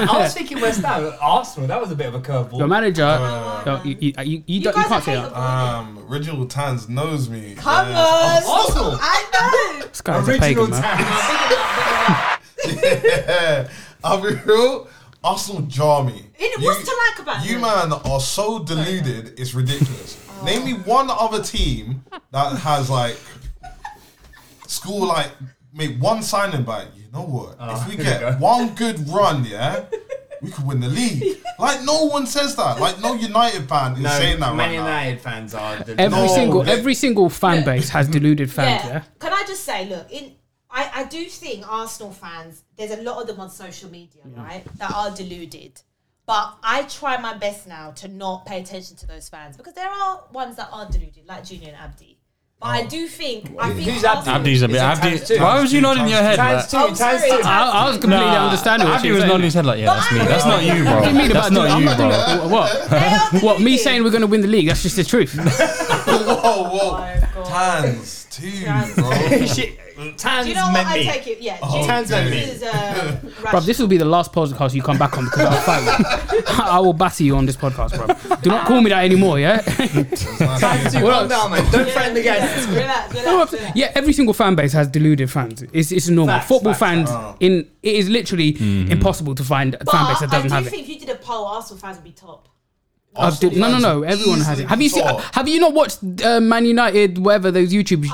S5: leave.
S3: I was thinking West Ham, Arsenal. That was a bit of a curveball.
S5: Your manager, no, you, you, you, you don't, you can't say that.
S6: Um, Reginald Tans knows me.
S8: Come
S6: Yes.
S8: on.
S6: Arsenal.
S8: I know.
S5: This guy's a pagan, man.
S6: yeah, I'll be real. Arsenal jar me.
S8: It,
S6: You-
S8: what's to like about
S6: You
S8: them?
S6: man are so deluded, it's ridiculous. Name me
S3: Oh.
S6: one other team that has like school like make one signing by. You know what? if we
S3: Ah, here we
S6: get one good run, yeah, we could win the league. Like no one says that. Like no United fan is
S3: No,
S6: saying that
S3: Man
S6: right now.
S3: United fans are. The
S5: Every
S6: No,
S5: single,
S6: they-
S5: every single fan base has deluded fans. Yeah.
S8: Can I just say, look, in I, I do think Arsenal fans, there's a lot of them on social media,
S5: Mm.
S8: right, that are deluded. But I try my best now to not pay attention to those fans because there are ones that are deluded, like Junior and Abdi. But I do think I think
S3: Oh. Who's Abdi?
S8: Arsenal-
S1: Abdi's a bit.
S3: Is it
S1: Abdi,
S3: times two?
S1: why was you nodding your head?
S3: Times
S1: like-
S3: two,
S8: I'm
S3: times
S8: sorry.
S3: two.
S5: I, I was completely
S1: Nah,
S5: understanding what
S1: Abdi
S5: she was
S1: was
S5: saying.
S1: nodding his head like, yeah, that's me. That's not you,
S5: What do you
S1: bro.
S5: mean
S1: That's
S5: about
S1: not
S5: I'm
S1: you,
S5: not doing
S1: bro.
S5: it. What? What? Me
S8: Oh,
S5: saying we're going to win the league? That's just the truth.
S6: whoa, whoa, Tans too, bro.
S3: She-
S8: Do
S3: Tans
S8: you know what?
S3: meant
S8: I
S3: me.
S8: take it. Yeah,
S3: Oh,
S8: Junior
S3: Tans meant me.
S8: is uh,
S5: Bruv, this will be the last podcast you come back on because I'll fight you. I will batter you on this podcast, bruv. Do not call me that anymore, yeah?
S3: Times two.
S5: What
S3: Calm down, man. Don't threaten the guests.
S8: relax,
S5: No,
S8: relax,
S5: I've-
S8: relax.
S5: yeah, every single fan base has deluded fans. It's, it's normal.
S3: Facts,
S5: Football
S3: facts,
S5: fans
S3: facts.
S5: in it is literally impossible to find a
S8: But
S5: fan base that
S8: I
S5: doesn't
S8: do
S5: have
S8: think
S5: it.
S8: if you did a poll, Arsenal fans would be top.
S5: I've did- no, no, no. Everyone has it. Have you seen?
S6: thought.
S5: Have you not watched uh, Man United? Whatever those YouTube.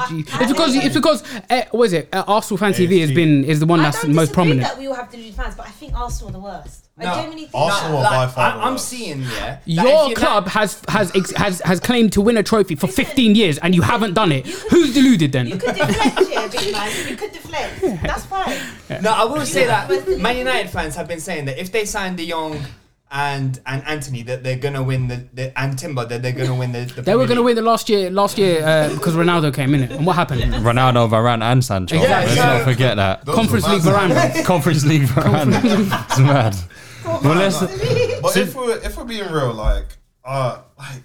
S5: it's because it's because uh, what is it? Uh, Arsenal fan TV has been is the one
S8: I
S5: that's
S8: don't
S5: most
S8: disagree
S5: prominent.
S8: that we all have deluded fans, but I think Arsenal are the worst. I
S3: No.
S8: genuinely think
S6: Arsenal
S8: that.
S6: are by far
S3: I,
S6: the
S3: I'm
S6: worst.
S3: seeing, yeah. that if
S5: Your
S3: you're
S5: club has has ex- has has claimed to win a trophy for 15 years and you haven't done it. Who's deluded
S8: You
S5: then?
S8: could deflect here, big man. You could deflect. That's fine.
S3: not- No, I will say that Man United fans have been saying that if they sign De Jong and and Anthony, that they're gonna win the, the and Timber, that they're gonna win the. the
S5: They were
S3: Premier
S5: going to
S3: League.
S5: win the last year last year uh, because Ronaldo came in it. And what happened?
S1: Ronaldo, Varane, and Sancho.
S5: Yeah,
S1: Let's
S5: yeah.
S1: not forget that.
S5: Conference League Varane. bruv.
S1: Conference League Varane. it's mad. Well, let's,
S6: But if we're if we're being real, like uh like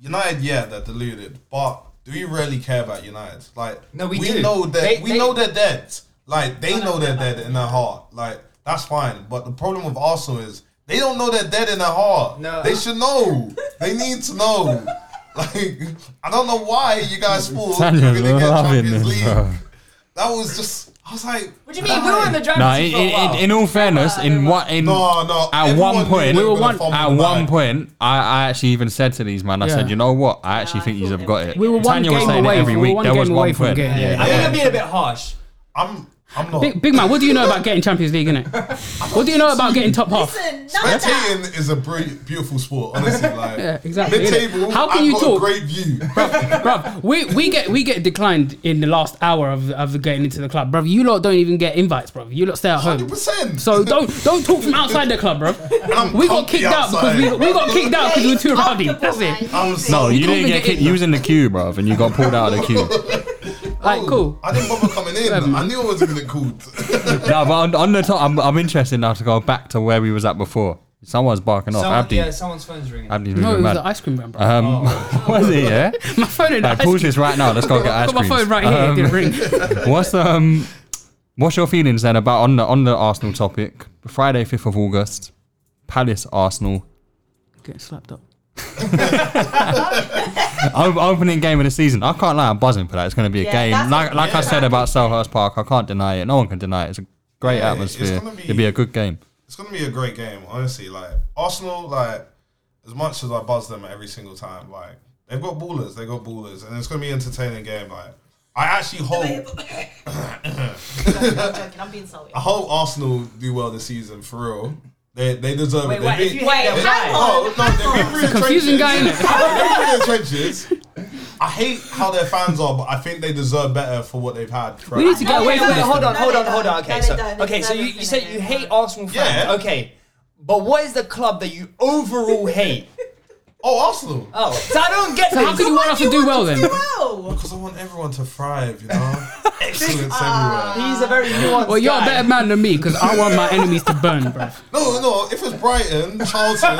S6: United, yeah, they're deluded, but do we really care about United? Like
S3: No, we
S6: we
S3: do.
S6: know that
S3: They-
S6: we
S3: they-
S6: know they're dead. Like they know they're dead in their heart. Like that's fine. But the problem with Arsenal is they don't know they're dead in their heart.
S3: No.
S6: They should know. they need to know. Like I don't know why you guys fooled.
S1: Daniel,
S6: We're gonna get
S1: we're loving
S6: Champions
S1: this,
S6: League.
S1: bro.
S6: That was just I was like,
S8: what do you mean? We were in the driver's
S1: No,
S8: seat
S1: in,
S8: for a while.
S1: in, in all fairness, in what in
S6: No, no,
S1: at
S6: everyone
S1: one
S6: knew
S1: point,
S6: they were gonna fumble
S1: at
S6: the
S1: one point, I, I actually even said to these man, I said,
S5: Yeah.
S1: you know what? I actually think you've got it.
S5: We were one
S1: Tanya was
S5: game
S1: saying
S5: away
S1: it every
S5: from- we were
S1: week.
S5: one
S1: there
S5: game
S1: was
S5: away
S1: one
S5: from
S1: point.
S5: getting it.
S1: Yeah.
S5: I think I'm
S3: being a bit harsh.
S6: I'm, I'm not.
S5: Big, big man, what do you know about getting Champions League, innit? What do you know about getting top half?
S6: Spectating is a br- beautiful sport, honestly. Like,
S5: Yeah, exactly.
S6: Mid
S5: innit?
S6: table,
S5: How can
S6: I've
S5: you
S6: got
S5: talk?
S6: A great view.
S5: bruv, we, we get we get declined in the last hour of of the getting into the club, bruv. You lot don't even get invites, bruv. You lot stay at home.
S6: 100%.
S5: So don't don't talk from outside the club, bruv. We got
S6: comfy
S5: kicked out because
S6: outside.
S5: we, we got kicked out because we were too rowdy. That's it.
S1: No, Oh, you
S5: couldn't
S1: didn't get
S5: even
S1: kicked.
S5: in.
S1: You was in the queue, bro, and you got pulled out of the queue.
S5: Like, cool.
S6: I didn't bother coming in. I knew I was going to get called.
S1: no, but on, on the top, I'm, I'm interested now to go back to where we was at before. Someone's barking off.
S3: Someone-
S1: Abdi.
S3: yeah, someone's phone's ringing.
S1: Abdi's
S5: No,
S1: moving
S5: it was
S1: mad.
S5: the ice cream van, bro. Oh.
S1: Um, was it? Yeah.
S5: My phone in the
S1: Right,
S5: ice
S1: pause
S5: cream.
S1: this right now. Let's go get
S5: I've
S1: ice
S5: got my
S1: cream.
S5: phone right here, it didn't ring.
S1: what's um, what's your feelings then about on the on the Arsenal topic? Friday, fifth of August, Palace Arsenal
S5: Getting slapped up.
S1: O- opening game of the season. I can't lie, I'm buzzing for that. It's going to be a
S5: Yeah,
S1: game.
S5: that's
S1: Like,
S5: what-
S1: like I
S5: yeah.
S1: said about Selhurst Park, I can't deny it. No one can deny it. It's a great
S6: Yeah, it's
S1: atmosphere.
S6: gonna be-
S1: It'll be a good game.
S6: It's gonna be a great game, honestly. Like Arsenal, like as much as I buzz them every single time, like they've got ballers, they got ballers, and it's gonna be an entertaining game. Like I actually hope,
S8: I'm joking. I'm being salty.
S6: I hope Arsenal do well this season for real. They they deserve
S8: Wait,
S6: it.
S8: wait,
S6: They've
S8: if
S6: been-
S8: you hit
S6: they-
S8: them right.
S6: no, no, they've been through
S5: It's a
S6: the
S5: confusing
S6: trenches.
S5: guy, innit?
S6: They've been through the trenches. I hate how their fans are, but I think they deserve better for what they've had.
S3: We need to
S6: throughout.
S3: get away from this. Hold on, hold on, hold on. Okay, so okay, so you, you said you hate Arsenal fans.
S6: Yeah.
S3: Okay, but what is the club that you overall hate?
S6: Oh, Arsenal.
S3: Oh, so I don't get.
S5: So how
S3: this.
S5: can you want us to do well then?
S6: Because I want everyone to thrive, you know. Excellence everywhere.
S3: He's a very nuanced
S5: Well, you're a
S3: guy.
S5: better man than me because I want my enemies to burn, bruv.
S6: No, no. If it's Brighton, Charlton,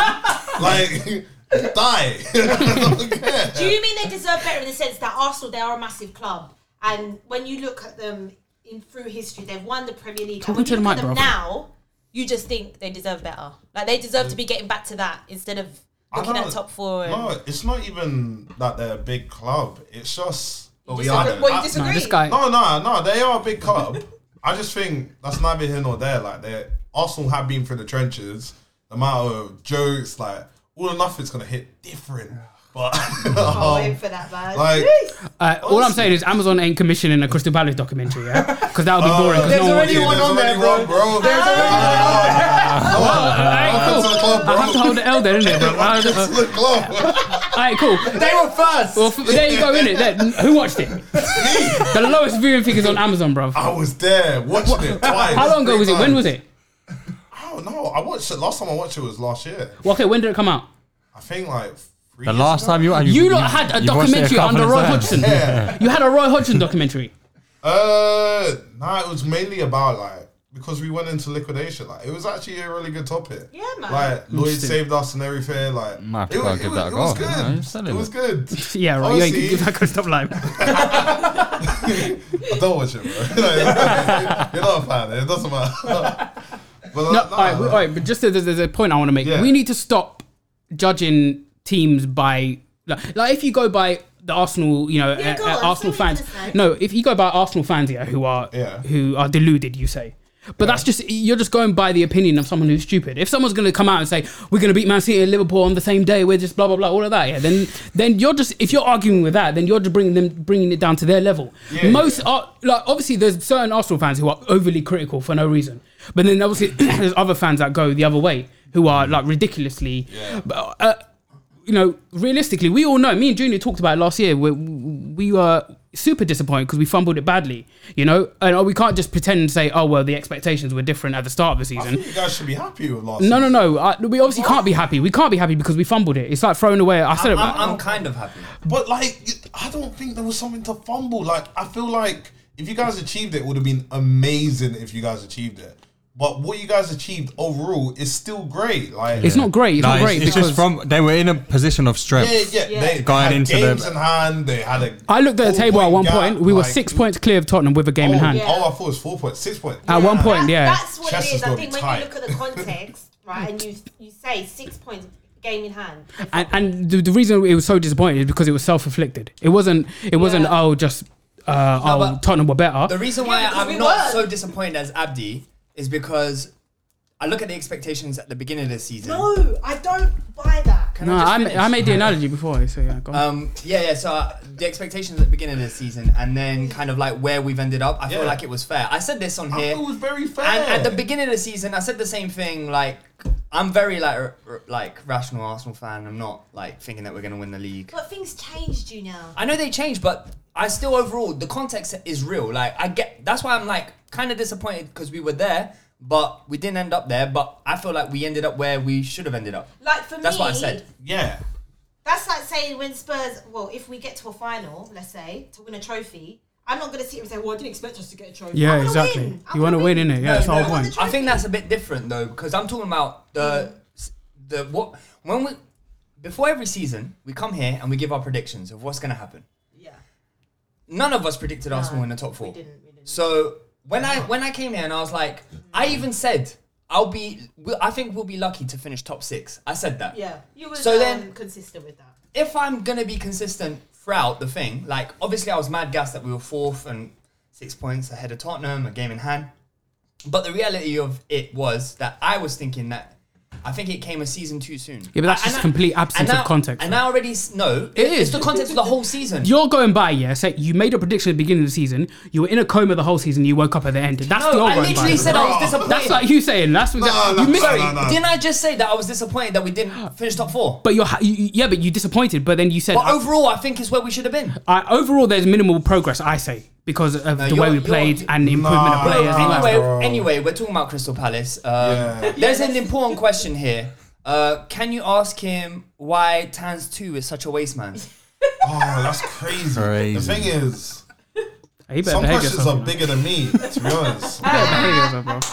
S6: like die.
S8: Do
S6: Um,
S8: you mean they deserve better in the sense that Arsenal they are a massive club, and when you look at them in through history, they've won the Premier League.
S5: Talking
S8: and when
S5: to
S8: you look
S5: the mic,
S8: at them
S5: bro.
S8: now, you just think they deserve better. Like they deserve to be getting back to that instead of
S6: I
S8: looking at
S6: don't-
S8: top four. and-
S6: No, it's not even that they're a big club. It's just
S8: You
S6: we
S8: disagree-
S6: are.
S8: well, you
S6: I-
S8: disagree. No, this
S5: guy-
S6: No, no, no. They are a big club. I just think that's neither here nor there. Like they Arsenal have been through the trenches. The amount of jokes, like all enough, it's gonna hit different. But
S8: Can't
S6: um,
S8: wait for that, man.
S6: like-
S5: Uh, all I'm saying is Amazon ain't commissioning a Crystal Palace documentary, yeah? Because that would be boring. 'cause
S3: There's
S5: no
S3: already
S5: one
S3: one on there,
S6: bro. There's
S3: already
S5: Oh, alright, cool. I have to hold the L there, innit? Bro? I have to- Alright, cool.
S3: They were first.
S5: Well, f- there you go, innit? There- Who watched it? the lowest viewing figures on Amazon, bro.
S6: I was there watching it twice.
S5: How long ago
S6: three
S5: was it? When
S6: times.
S5: was it?
S6: I don't know. I watched it last time. I watched it was last year.
S5: Well, okay, when did it come out?
S6: I think like
S1: The last time you
S5: You, lot had a
S1: you've watched it
S5: documentary
S1: couple
S5: under
S1: of
S5: Roy
S1: times.
S5: Hodgson. You had a Roy Hodgson documentary.
S6: Uh, nah, it was mainly about like because we went into liquidation. Like it was actually a really good topic. Yeah,
S8: man.
S6: Like Lloyd
S5: Interesting.
S6: saved us and everything. Like
S1: Might have to
S6: it,
S1: go
S6: wa-
S1: and
S6: it,
S1: give
S6: wa-
S1: that a
S6: it
S1: go.
S6: was
S1: you know, it's
S6: good.
S1: selling
S6: It was
S1: it.
S6: good.
S5: Yeah, right. You ain't
S6: Honestly,
S5: give that good stuff lime.
S6: I don't watch it, bro. Like, you're not a fan. It doesn't matter. but uh,
S5: No, all right, all right, but just uh, there's, there's a point I want to make.
S6: Yeah.
S5: We need to stop judging teams by like, like if you go by the Arsenal, you know, uh, uh, Arsenal fans. No, if you go by Arsenal fans here who are who are deluded, you say. But that's just you're just going by the opinion of someone who's stupid. If someone's going to come out and say we're going to beat Man City and Liverpool on the same day, we're just blah blah blah, all of that, yeah. Then then you're just if you're arguing with that, then you're just bringing them bringing it down to their level.
S6: Yeah,
S5: Most are like obviously there's certain Arsenal fans who are overly critical for no reason, but then obviously there's other fans that go the other way who are like ridiculously. But, uh, you know, realistically, we all know. Me and Junior talked about it last year. We we were super disappointed because we fumbled it badly. You know, and oh, we can't just pretend and say, "Oh well, the expectations were different at the start of the season."
S6: you guys should be happy with last.
S5: No, no, no. I, we obviously can't be happy. We can't be happy because we fumbled it. It's like throwing away. I said it.
S3: I'm, I'm, I'm kind of happy.
S6: But like, you- I don't think there was something to fumble. Like, I feel like if you guys achieved it, it would have been amazing if you guys achieved it. But what you guys achieved overall is still great. Like,
S5: It's not great. It's
S1: No,
S5: not great.
S1: It's, just
S5: because
S1: from they were in a position of strength.
S6: Yeah, yeah. They had
S1: Going into
S6: games
S1: the
S6: in hand. They had a.
S5: I looked at the table at one
S6: gap,
S5: point. We were
S6: like-
S5: six points clear of Tottenham with a
S6: oh,
S5: game in hand.
S6: Oh, I thought it was four points, six points.
S5: At one point, yeah.
S8: That's what
S6: Chester's
S8: it is. I
S6: gonna
S8: think
S6: be
S8: when
S6: tight.
S8: you look at the context, right, and you you say six points game in hand.
S5: and, and the, the reason it was so disappointing is because it was self-inflicted. It wasn't. It wasn't. Oh, just uh, oh, Tottenham were better.
S3: The reason why
S8: Yeah, because we
S3: I'm not
S8: were.
S3: so disappointed as Abdi is because I look at the expectations at the beginning of the season.
S8: No, Oh, I don't buy that.
S3: Can
S5: no,
S3: I just
S5: I, ma-
S3: finish?
S5: I made the analogy before, so yeah, go on.
S3: Um, yeah, yeah. So uh, the expectations at the beginning of the season, and then kind of like where we've ended up. I feel
S5: Yeah.
S3: like it was fair. I said this on
S5: I
S3: here.
S5: thought it
S3: was
S6: very fair.
S3: And at the beginning of the season, I said the same thing. Like, I'm very like r- r- like rational Arsenal fan. I'm not like thinking that we're gonna win the league.
S8: But things changed, you know.
S3: I know they changed, but I still overall the context is real. Like I get that's why I'm like kind of disappointed because we were there, but we didn't end up there. But I feel like we ended up where we should have ended up.
S8: Like for
S3: That's
S8: me,
S3: what I said.
S6: Yeah.
S8: That's like saying when Spurs, well, if we get to a final, let's say, to win a trophy, I'm not going to sit here and say, well, I didn't expect us to get a trophy.
S5: Yeah,
S8: I wanna
S5: exactly.
S8: win. I
S5: You want to win, innit? Yeah, that's the whole point.
S3: I think that's a bit different though, because I'm talking about the
S8: Mm-hmm.
S3: the what when we before every season we come here and we give our predictions of what's going to happen.
S8: Yeah.
S3: None of us predicted Arsenal in the top four. So when I when I came here and I was like, I even said I'll be. we'll- I think we'll be lucky to finish top six. I said that.
S8: Yeah. You were
S3: So
S8: um,
S3: then-
S8: consistent with that.
S3: If I'm gonna be consistent throughout the thing, like obviously I was mad gassed that we were fourth and six points ahead of Tottenham, a game in hand. But the reality of it was that I was thinking that I think it came a season too soon.
S5: Yeah, but that's just complete absence
S3: and
S5: of context,
S3: And I already s- know it is. It's the context of the whole season.
S5: You're going by, yeah. So you made a prediction at the beginning of the season. You were in a coma the whole season. You woke up at the end. That's
S3: No,
S5: the old
S3: I
S5: going
S3: literally
S5: by.
S3: said I was disappointed.
S5: That's like you saying. That's what you missed.
S3: Sorry, Didn't I just say that I was disappointed that we didn't finish top four?
S5: But you're ha- you, you- yeah, but you disappointed. But then you said
S3: But overall, I think is where we should have been.
S5: I, overall there's minimal progress. I say because of the way we played and the improvement of players. and all that stuff.
S3: anyway, anyway, we're talking about Crystal Palace. Um, There's an important question here. Uh, can you ask him why Tans 2 is such a waste man?
S6: Oh, that's crazy. The thing is,
S5: He better
S6: some
S5: behave
S6: questions
S5: yourself,
S6: are
S5: you know.
S6: bigger than me, to be honest.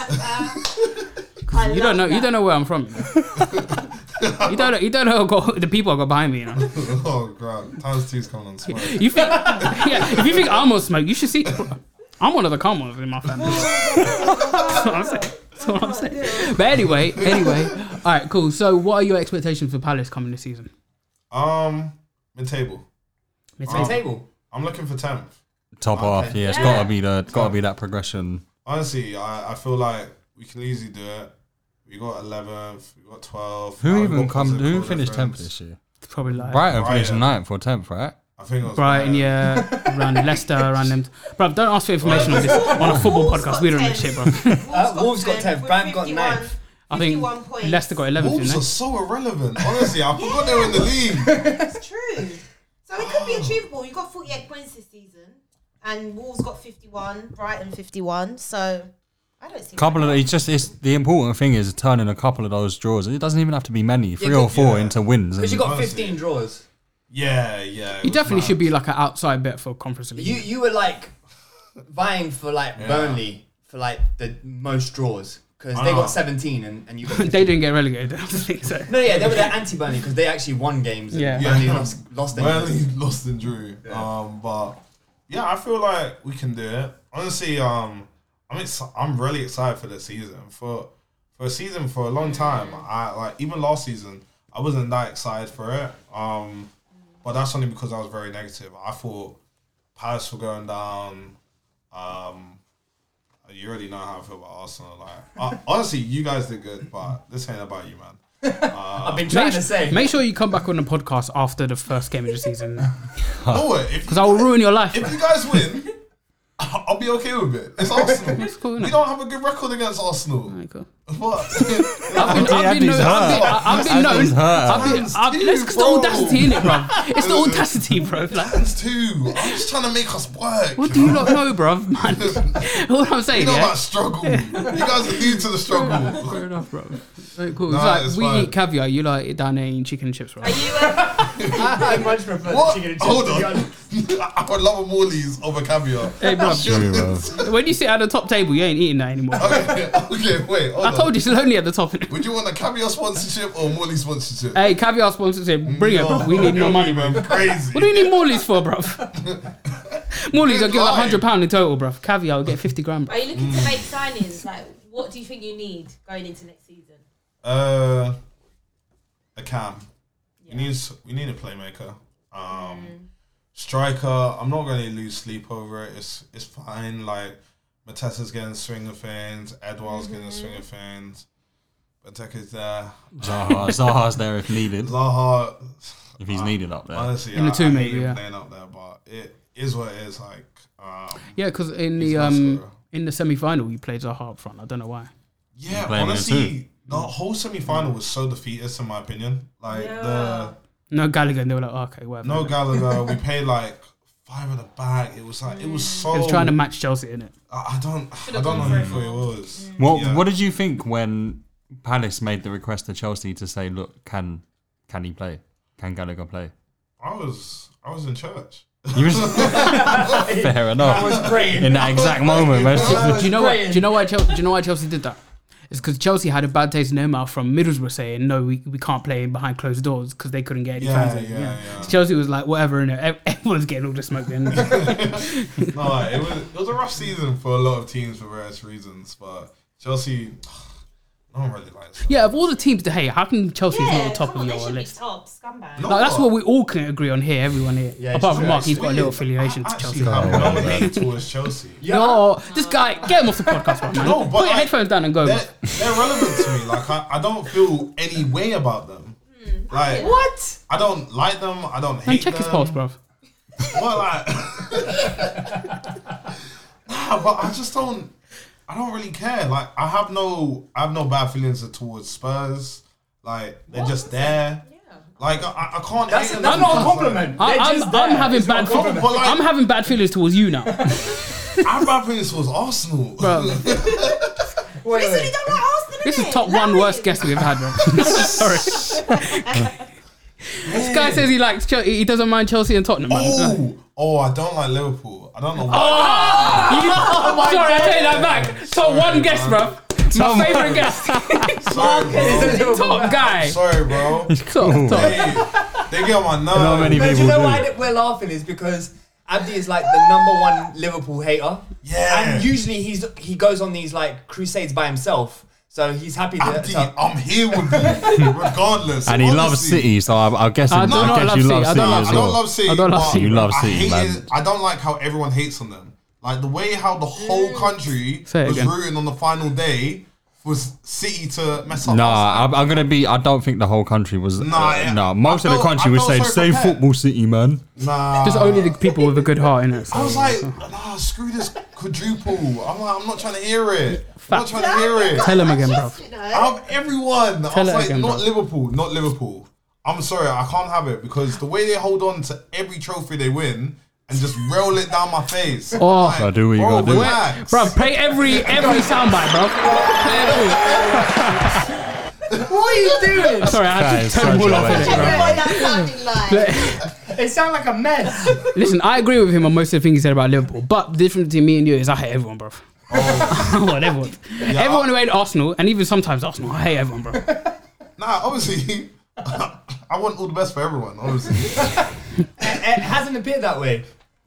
S5: you don't know. You don't know where I'm from. You, know? you don't. You don't know go, the people I got behind me. You know.
S6: oh, God. Times two's coming on smoke.
S5: You think? yeah. If you think I almost smoke, you should see. I'm one of the calm ones in my family. That's what I'm saying. That's what I'm saying. But anyway, anyway. All right, cool. So, what are your expectations for Palace coming this season?
S6: Um, mid table.
S5: Mid-table.
S3: Mid-table?
S6: I'm looking for 10th.
S1: Top half, yeah, it's
S6: Yeah.
S1: gotta be the gotta be that progression.
S6: Honestly, I, I feel like we can easily do it. We got 11th, we got 12th.
S1: Who
S6: now we've
S1: even
S6: got
S1: come?
S6: positive
S1: Who
S6: goal
S1: finished tenth
S6: difference.
S1: this year?
S5: Probably like
S1: Brighton finished
S5: Brighton.
S1: ninth or tenth, right?
S6: I think it was
S5: Brighton, yeah, around Leicester, around them. Bro, don't ask for information on this on a football podcast. We don't know shit, bro.
S3: Uh, Wolves got 10th, Brighton got 9th.
S5: I think
S3: 51 points.
S5: Leicester got 11th, didn't
S6: Wolves
S5: they?
S6: are so irrelevant. Honestly, I forgot they were in the league.
S8: It's true. So it could be achievable. You got 48 points this season, and Wolves got 51, Brighton 51. So I don't see.
S1: Couple of it's just it's the important thing is turning a couple of those draws. It doesn't even have to be many, three or four into wins.
S3: Because you
S1: and-
S3: got 15 draws.
S6: Yeah, yeah.
S5: You definitely should be like an outside bet for Conference League.
S3: You you were like vying for like
S5: Yeah.
S3: Burnley for like the most draws because they
S5: I know.
S3: got 17 and, and you got.
S5: they didn't get relegated. I don't think so.
S3: No, yeah, they were the anti Burnley because they actually won games.
S5: Yeah.
S3: and Burnley lost, lost them.
S6: Burnley lost and drew. Um, but yeah, I feel like we can do it. Honestly, um, I'm exci- I'm really excited for the season. For for a season for a long time, I like even last season I wasn't that excited for it. Um, but that's only because I was very negative. I thought Palace were going down. Um, you already know how I feel about Arsenal. Like uh, honestly, you guys did good, but this ain't about you, man. I've
S3: been
S5: Make, make sure you come back on the podcast after the first game of the season.
S6: No, Oh, if
S5: Because I will ruin your life.
S6: If you guys win, I'll be okay with it. It's Arsenal. we don't have a good record against Arsenal. But
S5: I've been, I've been known. I've been, I've been known. I've been, I've Uh, let's it's the audacity in it, bro. It's the audacity, bro. Like,
S6: too. I'm just trying to make us work.
S5: what do you not know, bro? Man, all I'm saying.
S6: You know
S5: yeah?
S6: about struggle. You guys are new to the struggle.
S5: Fair enough, bro. Very cool.
S6: Nah,
S5: It's like,
S6: it's
S5: we
S6: fine.
S5: eat caviar. You like it down there eating chicken and chips, right?
S8: um,
S3: I much prefer
S6: What?
S3: chicken and chips,
S6: Hold
S3: to be
S6: on. I would love a Morley's over caviar.
S5: Hey, bro.
S6: Sure.
S5: when you sit at the top table, you ain't eating that anymore.
S6: okay, wait. Hold
S5: I
S6: on.
S5: told you it's lonely at the top.
S6: Would you want a caviar sponsorship or Morley sponsorship?
S5: Hey, caviar sponsorship, bring it, bro. We need more money, bro.
S6: Crazy.
S5: What do you need Morley's for, bro? Morley's will give a hundred pound in total, bro. Caviar will get fifty grand.
S8: Are you looking
S1: Hmm.
S8: to make signings? Like, what do you think you need going into next season?
S6: Uh, a cam. We need s- we need a playmaker. Um, Striker, I'm not going to lose sleep over it. It's it's fine. Like Matessa's getting the swing of things. Edouard's getting the swing of things. Benteke is there.
S1: Zaha, Zaha's there if needed.
S6: Zaha,
S1: if he's needed up there.
S6: honestly,
S5: In the
S6: I-
S5: two
S6: I hate
S5: maybe,
S6: him
S5: yeah.
S6: playing up there, but it is what it is. Like, um,
S5: Yeah, because in
S6: he's
S5: the
S6: not
S5: um in the semi final, you played Zaha up front. I don't know why.
S6: Yeah, honestly, the whole semi final was so defeatist in my opinion. Like the
S5: No Gallagher, and they were like, oh, okay, whatever.
S6: no Gallagher, we paid like five in the bag. It was like it was so.
S5: It Mm. was trying to match Chelsea in it.
S6: I, I don't, I don't know who it was.
S1: What What did you think when Palace made the request to Chelsea to say, "Look, can can he play? Can Gallagher play?"
S6: I was, I was in church.
S1: You was- Fair enough. I was praying. In that exact moment, man. I was
S5: do you know what?
S1: praying.
S5: Do you know why? Chelsea, do you know why Chelsea did that? It's because Chelsea had a bad taste in their mouth from Middlesbrough saying no, we, we can't play behind closed doors because they couldn't get any
S6: Yeah,
S5: fans in.
S6: yeah,
S5: Yeah, So Chelsea was like whatever, and everyone's getting all the smoke. Then
S6: no, like, it was it was a rough season for a lot of teams for various reasons, but Chelsea, no one really likes. them.
S5: yeah, of all the teams to hate, how can Chelsea's not the top of your
S8: Should be
S5: list?
S8: top scumbag.
S5: Like, that's what we all can agree on here. Everyone here,
S8: Yeah,
S5: apart
S8: it's
S5: from
S8: true,
S5: Mark,
S8: it's
S5: he's got a
S8: weird.
S5: little affiliation to Chelsea.
S6: have no hate towards Chelsea.
S5: No, this guy, get him off the podcast, man.
S6: No, but
S5: Put your
S6: I-
S5: headphones down and go.
S6: They're, they're relevant to me. Like I, I don't feel any way about them. Like
S5: What?
S6: I don't like them. I don't
S5: Man,
S6: hate
S5: check
S6: them.
S5: his pulse, bruv.
S6: uh, Well, like, nah, but I just don't. I don't really care. Like I have no, I have no bad feelings towards Spurs. Like they're just there. Like I, I can't.
S9: That's-
S6: hate them
S9: that's not a
S6: because,
S9: compliment.
S5: I,
S6: Like,
S5: I'm, I'm having bad.
S6: No, but, like,
S5: I'm having bad feelings towards you now,
S6: I have bad feelings towards Arsenal.
S5: bro. This is top one worst guest we've had, bro. Sorry. this guy says he likes Chelsea. He doesn't mind Chelsea and Tottenham. Man.
S6: Oh, I don't like Liverpool. I don't know why.
S5: You-
S6: Oh my
S5: Ah! sorry, I
S6: God.
S5: take that back. Top one guest, bro.
S6: Tom-
S5: My favorite guest.
S6: Sorry, bro.
S5: top guy.
S6: Sorry, bro.
S5: Cool.
S6: They get on my nerves.
S1: Not many
S9: No, do you
S1: people
S9: know
S1: do.
S9: why that we're laughing is because Abdi is like the number one Liverpool hater.
S6: Yeah.
S9: And usually he's he goes on these like crusades by himself. So he's happy to.
S6: Abdi, I'm here with you, regardless.
S1: And he loves City, so I, I guess
S6: I
S1: I,
S6: do not
S5: Oh,
S1: guess
S6: love
S1: you
S6: City.
S1: love
S6: I
S1: City
S6: don't like-
S1: as
S6: I
S1: well.
S6: don't love City, I don't love but City.
S1: You love
S6: I
S1: City,
S6: hate
S1: man.
S6: I don't like how everyone hates on them. Like the way how the whole
S1: Mm.
S6: country
S1: Say it
S6: was
S1: again.
S6: rooting on the final day was City to mess up.
S1: Nah, I'm, I'm gonna be. I don't think the whole country was.
S6: Nah,
S1: Nah,
S6: yeah.
S1: nah most
S6: I
S1: of the
S6: felt-
S1: country
S6: I
S1: was
S6: felt
S1: saying,
S6: so
S1: "Save
S6: prepared."
S1: football, City, man."
S6: Nah.
S5: Just only the people with a good heart in it.
S6: I was like, nah, screw this quadruple. I'm like, I'm not trying to hear it. I'm not
S5: Fact.
S6: trying to hear it.
S5: Tell him again, bro.
S6: I'm everyone. I
S5: Tell
S6: was
S5: it
S6: like,
S5: again,
S6: not
S5: bro.
S6: Liverpool, not Liverpool. I'm sorry, I can't have it because the way they hold on to every trophy they win and just roll it down my face.
S5: Oh,
S6: Like,
S1: do what you
S6: bro,
S1: gotta do.
S6: relax.
S5: Bro, play every every soundbite, bro. Play every-
S9: what are you doing?
S5: Sorry, I had
S1: That
S5: to
S1: is
S5: turn
S1: such
S5: all
S1: a
S5: off in
S1: waste
S5: it,
S1: of
S5: bro.
S9: It sounds like a mess.
S5: Listen, I agree with him on most of the things he said about Liverpool, but the difference between me and you is I hate everyone, bro.
S1: Oh.
S5: I hate everyone. everyone who hate Arsenal, and even sometimes Arsenal, I hate everyone, bro.
S6: Nah, obviously, I want all the best for everyone, obviously.
S9: It hasn't appeared that way.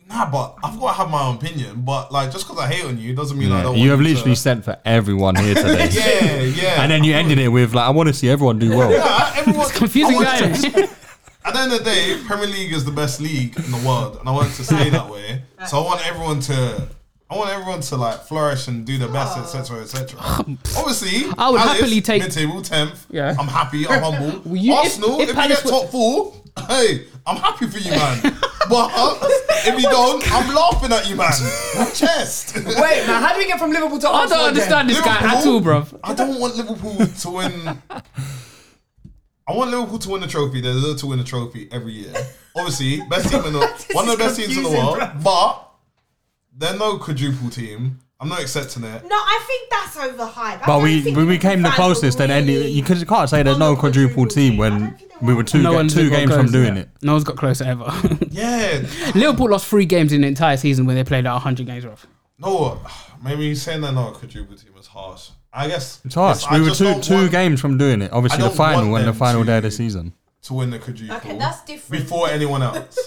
S6: Nah, but I've got to have my own opinion. But like, just because I hate on you doesn't mean I
S1: Yeah,
S6: don't. want
S1: you have
S6: to-
S1: literally sent for everyone here today.
S6: Yeah, yeah.
S1: And then you ended it with like, "I want to see everyone do well."
S6: Yeah, everyone. It's
S5: confusing,
S6: At the end of the day, Premier League is the best league in the world, and I want it to stay that way. So I want everyone to, I want everyone to like flourish and do their best, etc., etc. Obviously,
S5: I would
S6: Palace,
S5: happily take-
S6: mid-table tenth.
S5: Yeah.
S6: I'm happy. I'm humble.
S5: Well, you- if-
S6: Arsenal,
S5: if
S6: if, you
S5: Palace
S6: get
S5: were-
S6: top four, hey, I'm happy for you, man. but if you don't, I'm laughing at you, man. Chest.
S9: Wait, now how do we get from Liverpool to
S5: I
S9: Arsenal?
S5: don't understand this guy at all,
S6: Liverpool?
S5: bro.
S6: I don't want Liverpool to win. I want Liverpool to win the trophy. They deserve to win the trophy every year. Obviously, best team in the one of the best teams in the world,
S8: confusing,
S6: but they're no quadruple team. I'm not accepting it.
S8: No, I think that's overhyped. I
S1: But
S8: don't
S1: we
S8: think
S1: we, we came the
S8: fans will
S1: closest, and ended. You could- can't say there's no quadruple team when we were two
S5: No
S1: ga-
S5: one's
S1: two
S5: got
S1: games from
S5: close,
S1: doing
S5: yeah.
S1: it.
S5: No one's got closer ever.
S6: yeah.
S5: Liverpool lost three games in the entire season when they played like 100 games, bro.
S6: No, Oh, maybe saying they're not a quadruple team is harsh. I guess
S1: It's harsh.
S6: I
S1: we were
S6: just
S1: two
S6: don't
S1: two
S6: want
S1: games from doing it. Obviously, the
S6: don't want
S1: final and the
S6: them
S1: final day of
S6: to-
S1: the season.
S6: to win the quadruple.
S8: Okay, that's different.
S6: Before anyone else.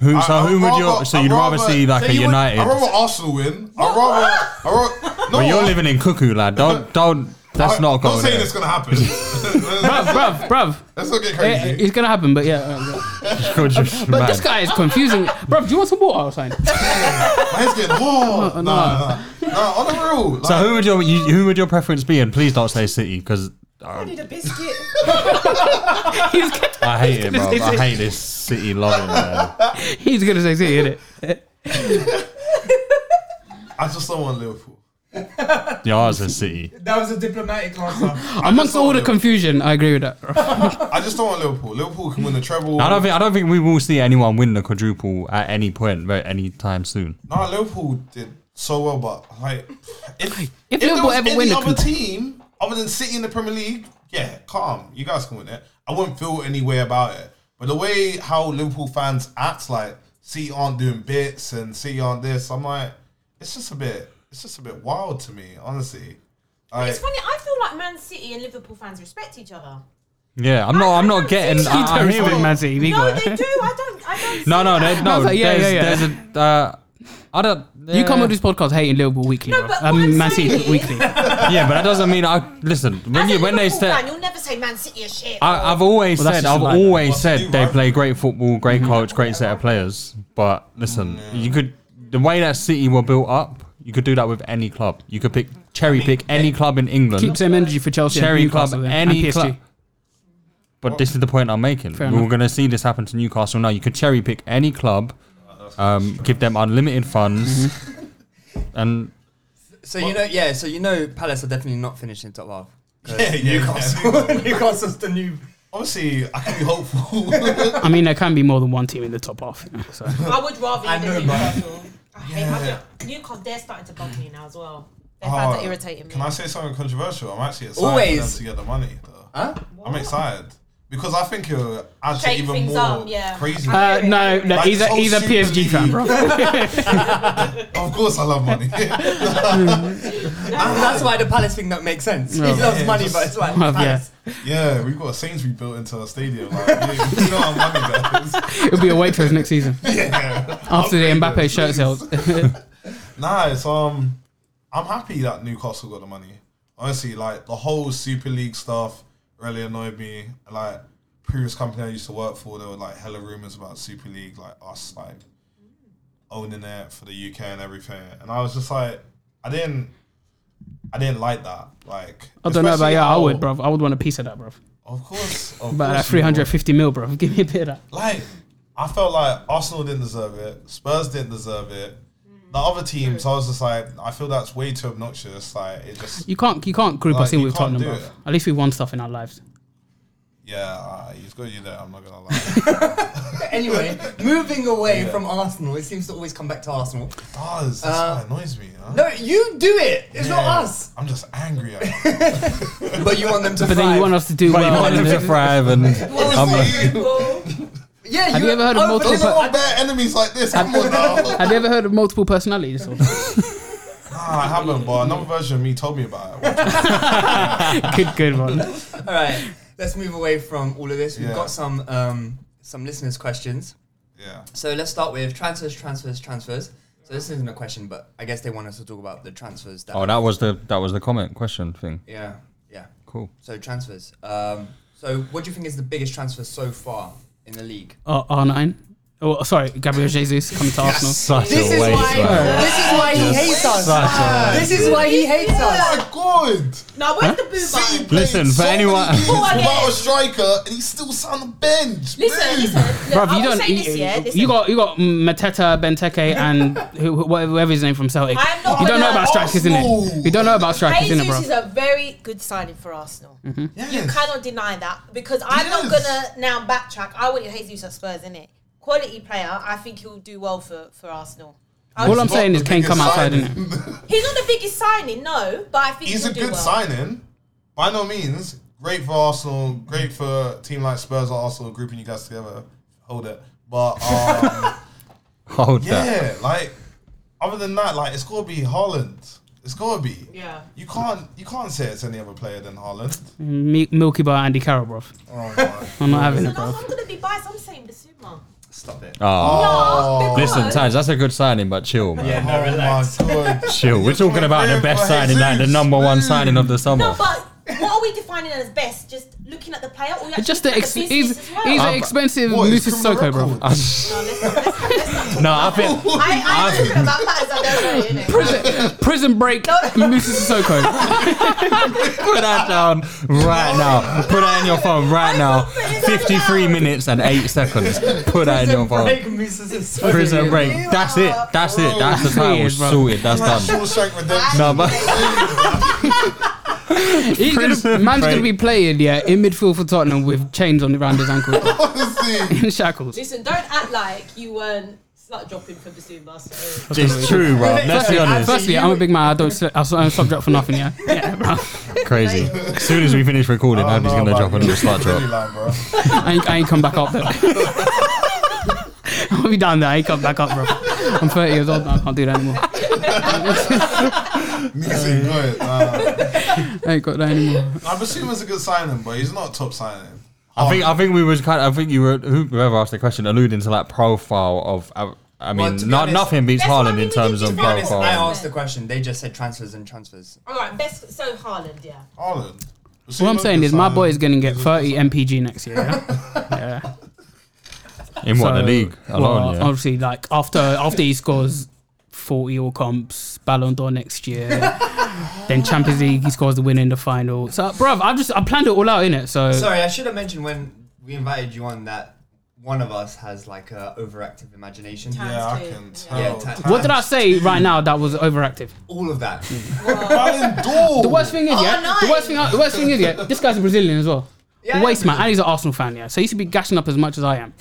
S1: Who?
S6: I-
S1: so
S6: I'd
S1: who would you?
S6: rather-
S1: So
S6: I'd
S1: you'd rather, see like
S6: so
S1: a
S6: you would-
S1: United?
S6: I'd rather Arsenal win. I'd rather. I'd rather
S5: Oh,
S1: But you're living in cuckoo, lad. Don't don't That's
S6: I-
S1: not a
S6: I'm not
S1: goal,
S6: saying
S1: yeah.
S6: it's gonna happen.
S5: bruv, bruv, bruv.
S6: Let's not get
S5: Eh, eh,
S6: crazy.
S5: it's gonna happen, but yeah.
S1: but
S5: but this guy is confusing, bruv. Do you want some water outside?
S1: eh.
S6: Mine's getting warm. No, no, no. No, on the real.
S1: So who would your you, who would your preference be? And please don't say City because
S8: I need a biscuit.
S1: I hate it, bro.
S5: It's-
S1: I
S5: it's-
S1: hate this City loving. Man.
S5: He's gonna say City, innit?
S6: I just don't want Liverpool.
S1: Yours is City.
S9: That was a diplomatic answer.
S5: Amongst all the confusion, I agree with that.
S6: I just don't want Liverpool. Liverpool can win the treble.
S1: I don't think I don't think we will see anyone win the quadruple at any point, very any time soon.
S6: No, Liverpool did so well, but like, if, if, there
S5: Liverpool
S6: was
S5: ever
S6: any
S5: win the
S6: other
S5: coup-
S6: team other than City in the Premier League, yeah, calm, you guys can win it. I wouldn't feel any way about it. But the way how Liverpool fans act, like City aren't doing bits and City aren't this, I'm like, it's just a bit, it's just a bit wild to me, honestly. Like,
S8: it's funny. I feel like Man City and Liverpool fans respect each other.
S1: Yeah, I'm not. I'm not getting.
S5: You
S1: I,
S5: don't
S1: I hear
S5: respect
S1: it.
S5: Man City,
S8: No,
S5: Nico.
S8: they do. I don't. I don't.
S1: No, no, there,
S5: I
S1: no.
S5: was like, yeah,
S1: there's,
S5: yeah, yeah.
S1: there's a. Uh, I don't.
S5: You come
S1: yeah.
S5: on this podcast hating Liverpool weekly,
S8: No,
S5: bro.
S8: but what
S5: Um,
S8: I'm
S5: Man
S8: saying is-
S5: City weekly.
S1: yeah, but that doesn't mean I listen when
S8: As
S1: you
S8: a
S1: when they
S8: Liverpool
S1: said.
S8: fan, you'll never say Man City is shit.
S1: I, I've always
S5: Well, that's
S1: said,
S5: just
S1: I've
S5: a lie.
S1: always
S5: What's
S1: said they play great football, great coach, great set of players. But listen, you could the way that City were built up, you could do that with any club. You could pick cherry pick any club in England.
S5: Keep same energy for Chelsea. and
S1: cherry club,
S5: Newcastle then, and
S1: any
S5: PSG.
S1: club. But this is the point I'm making.
S5: Fair
S1: We're
S5: enough.
S1: going to see this happen to Newcastle now. You could cherry pick any club, um, give them unlimited funds, and
S3: So you know, yeah. So you know, Palace are definitely not finishing top half. 'Cause
S6: Yeah, yeah,
S3: Newcastle.
S6: yeah,
S3: Newcastle's the new.
S6: Obviously, I can be hopeful.
S5: I mean, there can be more than one team in the top half. you know, so.
S8: I would rather
S3: I
S8: you
S3: know,
S8: than
S3: but-
S8: Newcastle. I hate
S6: Yeah.
S8: I feel- Newcastle. They're starting to bug me now as well. Their fans
S6: Oh,
S8: are irritating me.
S6: Can I say something controversial? I'm actually excited
S3: Always.
S6: for them to get the money, though.
S3: Huh?
S6: I'm excited because I think it'll add to
S8: Shake
S6: even
S8: things
S6: more
S8: up, yeah.
S6: crazy.
S5: Uh, no, no,
S6: Like,
S5: he's a,
S6: so
S5: he's a PSG fan, bro.
S6: of course, I love money.
S3: that's why the Palace thing don't make sense.
S5: No.
S3: He loves
S6: Yeah,
S3: money,
S6: just-
S3: but it's like
S5: Well, yeah.
S3: Palace.
S6: yeah, we've got a Sainsbury built into our stadium. Like, you you know how money does.
S5: It'll be a Waitrose next season
S6: Yeah.
S5: after the Mbappe shirt sales.
S6: Nah, it's um, I'm happy that Newcastle got the money. Honestly, like the whole Super League stuff really annoyed me. Like previous company I used to work for, there were like hella rumors about Super League, like us like owning it for the UK and everything. And I was just like, I didn't, I didn't like that. Like,
S5: I don't know about
S6: especially
S5: yeah, I
S6: how-
S5: would, bro. I would want a piece of that, uh, bro.
S6: Of course, of
S5: About that
S6: course you would.
S5: 350 mil, bro. Give me a bit of that.
S6: Like, I felt like Arsenal didn't deserve it. Spurs didn't deserve it. The other teams, I was just like, I feel that's way too obnoxious. Like, it just,
S5: You can't you can't group
S6: Like,
S5: us in
S6: you
S5: with
S6: can't
S5: Tottenham,
S6: do
S5: bro.
S6: it.
S5: At least we won stuff in our lives.
S6: yeah, uh, he's got you there. I'm not gonna lie.
S3: Anyway, moving away
S6: Yeah.
S3: from Arsenal, it seems to always come back to Arsenal.
S6: It does. That's what annoys me. Huh?
S3: No, you do it. It's
S6: Yeah.
S3: not us.
S6: I'm just angry. At
S3: But you want them to.
S5: But then you
S3: thrive.
S5: want us to do
S1: but you
S5: well.
S1: want them
S5: and
S1: to
S5: then-
S1: thrive. And I'm,
S3: Yeah,
S5: Have you ever heard of
S3: oh, but
S5: multiple
S3: listen,
S5: per-
S3: I-
S6: Not bad enemies like this. Come on now.
S5: Have you ever heard of multiple personality disorder?
S6: Nah, I haven't, but another version of me told me about it.
S5: good, good one.
S3: All right, let's move away from all of this. We've
S6: Yeah.
S3: got some um, some listeners' questions.
S6: Yeah.
S3: So let's start with transfers, transfers, transfers. So this isn't a question, but I guess they want us to talk about the transfers. That
S1: oh, that was the that was the comment question thing.
S3: yeah, yeah.
S1: Cool.
S3: So transfers. Um, so what do you think is the biggest transfer so far in the league?
S5: Uh, R9. Oh, sorry, Gabriel Jesus coming to Arsenal.
S1: Such
S3: This
S1: a
S3: is
S1: waste. man.
S3: why. Oh, This is why he hates us.
S1: Such a waste.
S3: This is why he hates us.
S6: Oh my god!
S8: now where's the boo button?
S1: Listen, for anyone-
S8: Oh, again.
S6: about a striker, and he's still sat on the bench. man.
S8: Listen, listen. Look,
S5: Bruv,
S8: I
S5: you
S8: will
S5: don't.
S8: say this, yeah.
S5: You,
S8: Listen,
S5: you got you got Mateta, Benteke, and who, wh- whoever his name from Celtic.
S8: I'm not
S5: You don't know
S8: gonna-
S5: about strikers, in it.
S6: Arsenal.
S5: You don't know about strikers, in it,
S8: Jesus
S5: bro. Mm-hmm.
S8: is a very good signing for Arsenal. You
S6: Yes.
S8: cannot deny that because I'm not
S6: Yes.
S8: gonna now backtrack. I wanted Jesus at Spurs, innit? Quality player. I think he'll do well for for Arsenal. I
S5: All
S8: was-
S5: I'm
S6: Not
S5: saying
S6: the
S5: is Kane come
S6: biggest
S5: outside,
S6: signing.
S5: innit?
S8: he's not the biggest signing, no, but I think
S6: He's
S8: he'll
S6: a
S8: do
S6: good
S8: well.
S6: signing. By no means, great for Arsenal, great for a team like Spurs or Arsenal, grouping you guys together. Hold it. But um,
S1: Hold that.
S6: yeah, like other than that, like it's gotta be Haaland. It's gotta be.
S8: Yeah.
S6: You can't you can't say it's any other player than Haaland.
S5: Mi- Milky Bar, Andy Carroll, bro.
S6: Oh my
S5: I'm not having it,
S8: No,
S5: bro. Ah.
S8: I'm gonna be biased. I'm saying Basuma.
S3: Stop it.
S1: Oh,
S8: No, because
S1: listen, Times, that's a good signing, but chill, man.
S3: Yeah, no, relax.
S6: Oh god.
S1: Chill. We're talking about the best signing, like the number one signing of the summer.
S8: No, but what are we defining as best? Just looking at the player, or you actually
S5: Just
S8: look
S5: the
S8: at the
S5: ex- he's,
S8: business as
S5: he's
S8: well?
S5: an expensive
S1: Ah, What, his
S5: Mrs. Soko, bro.
S1: no, I think
S8: I, I don't know about that, I don't know, innit?
S5: prison, prison break Mrs. Soko.
S1: Put that down right now. Put that in your phone right now. 53 minutes and 8 seconds. Put that in your phone. Prison break. That's it. That's it. That's the
S5: Three
S1: title.
S5: years, bro.
S1: Sorted. That's done. No, but
S5: He's gonna,
S1: Prison
S5: man's going to
S1: break.
S5: be playing, yeah, in midfield for Tottenham with chains on around his ankle. in shackles.
S8: Listen, don't act like you weren't slut dropping for Basuma. So.
S1: It's true, bro. Let's be
S5: Firstly-
S1: honest.
S5: Firstly, I'm a big man. I don't. sl- I don't sub drop for nothing. Yeah. Yeah, bro.
S1: crazy. As soon as we finish recording, Andy's going to drop another slot drop.
S5: I ain't, I ain't come back up there. I'll be down there. I ain't come back up, bro. I'm 30 years old now. I can't do that anymore.
S6: Music good. Nah.
S5: I ain't got that anymore.
S6: I'm assuming it's a good signing, but he's not top signing.
S1: I think I think we was kind. Of, I think you were who- whoever asked the question alluding to that profile of. I, I mean,
S3: Well, to be
S1: not,
S3: honest-
S1: nothing beats
S3: That's
S1: Haaland in terms of
S3: To be honest, I
S1: profile.
S3: asked the question. They just said transfers and transfers.
S8: All right, best. So Haaland, yeah.
S6: Haaland.
S5: What I'm saying is, my boy is going to get 30 MPG next year. Yeah. yeah.
S1: In what, the league alone, yeah?
S5: Obviously, like after after he scores 40 all comps, Ballon d'Or next year, then Champions League, he scores the win in the final. So, bruv, I've just I planned it all out in it. So
S3: Sorry, I should have mentioned when we invited you on that one of us has like a overactive imagination.
S6: Yeah, I can tell.
S3: Yeah, ta-
S5: What did I say right now that was overactive?
S3: All of that.
S5: the worst thing
S3: Oh,
S5: is, yeah. The worst thing, the worst thing is, yeah. This guy's a Brazilian as well.
S3: Yeah,
S5: Waste man, and he's an Arsenal fan, yeah. So he should be gashing up as much as I am.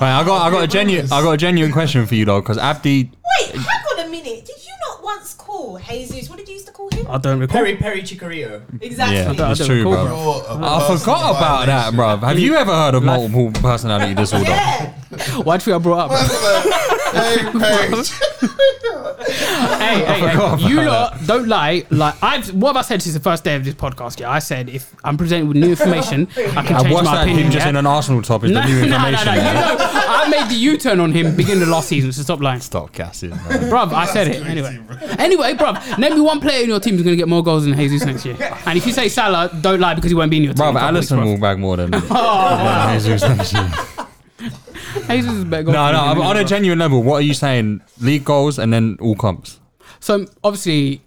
S1: Right, I got I got a genuine I got a genuine question for you though, because Abdi.
S8: Wait, hang on a minute. Did you not once call Jesus? What did you used to call him?
S1: I don't recall.
S3: Perry Perry Chicorito.
S8: Exactly.
S1: Yeah,
S5: I don't- I
S1: that's
S5: don't
S1: true,
S5: recall,
S1: bro.
S5: bro.
S1: I forgot about that, bro. Have you ever heard of multiple personality disorder?
S5: Why do you think I brought up? hey, hey,
S1: forgot
S5: hey, you
S1: about
S5: lot, don't lie. Like I've, what have I said since the first day of this podcast? Yeah, I said if I'm presented with new information, I can
S1: And
S5: change
S1: what's
S5: my
S1: that?
S5: opinion.
S1: Him just
S5: yeah?
S1: in an Arsenal top is the new information.
S5: No, no, no, you know, I made the U-turn on him beginning of last season. So stop lying.
S1: Stop gassing,
S5: bruv. I said it anyway. Anyway, bruv. Name me one player in your team who's gonna get more goals than Jesus next year. And if you say Salah, don't lie because he won't be in your team.
S1: Bro,
S5: in a couple weeks,
S1: Allison will bag more than.
S5: Oh, wow.
S1: than Jesus, actually.
S5: bruv. Jesus is a better
S1: no, no.
S5: goalkeeper than
S1: I'm
S5: him,
S1: on a
S5: bruv.
S1: genuine level. What are you saying? League goals and then all comps.
S5: So obviously,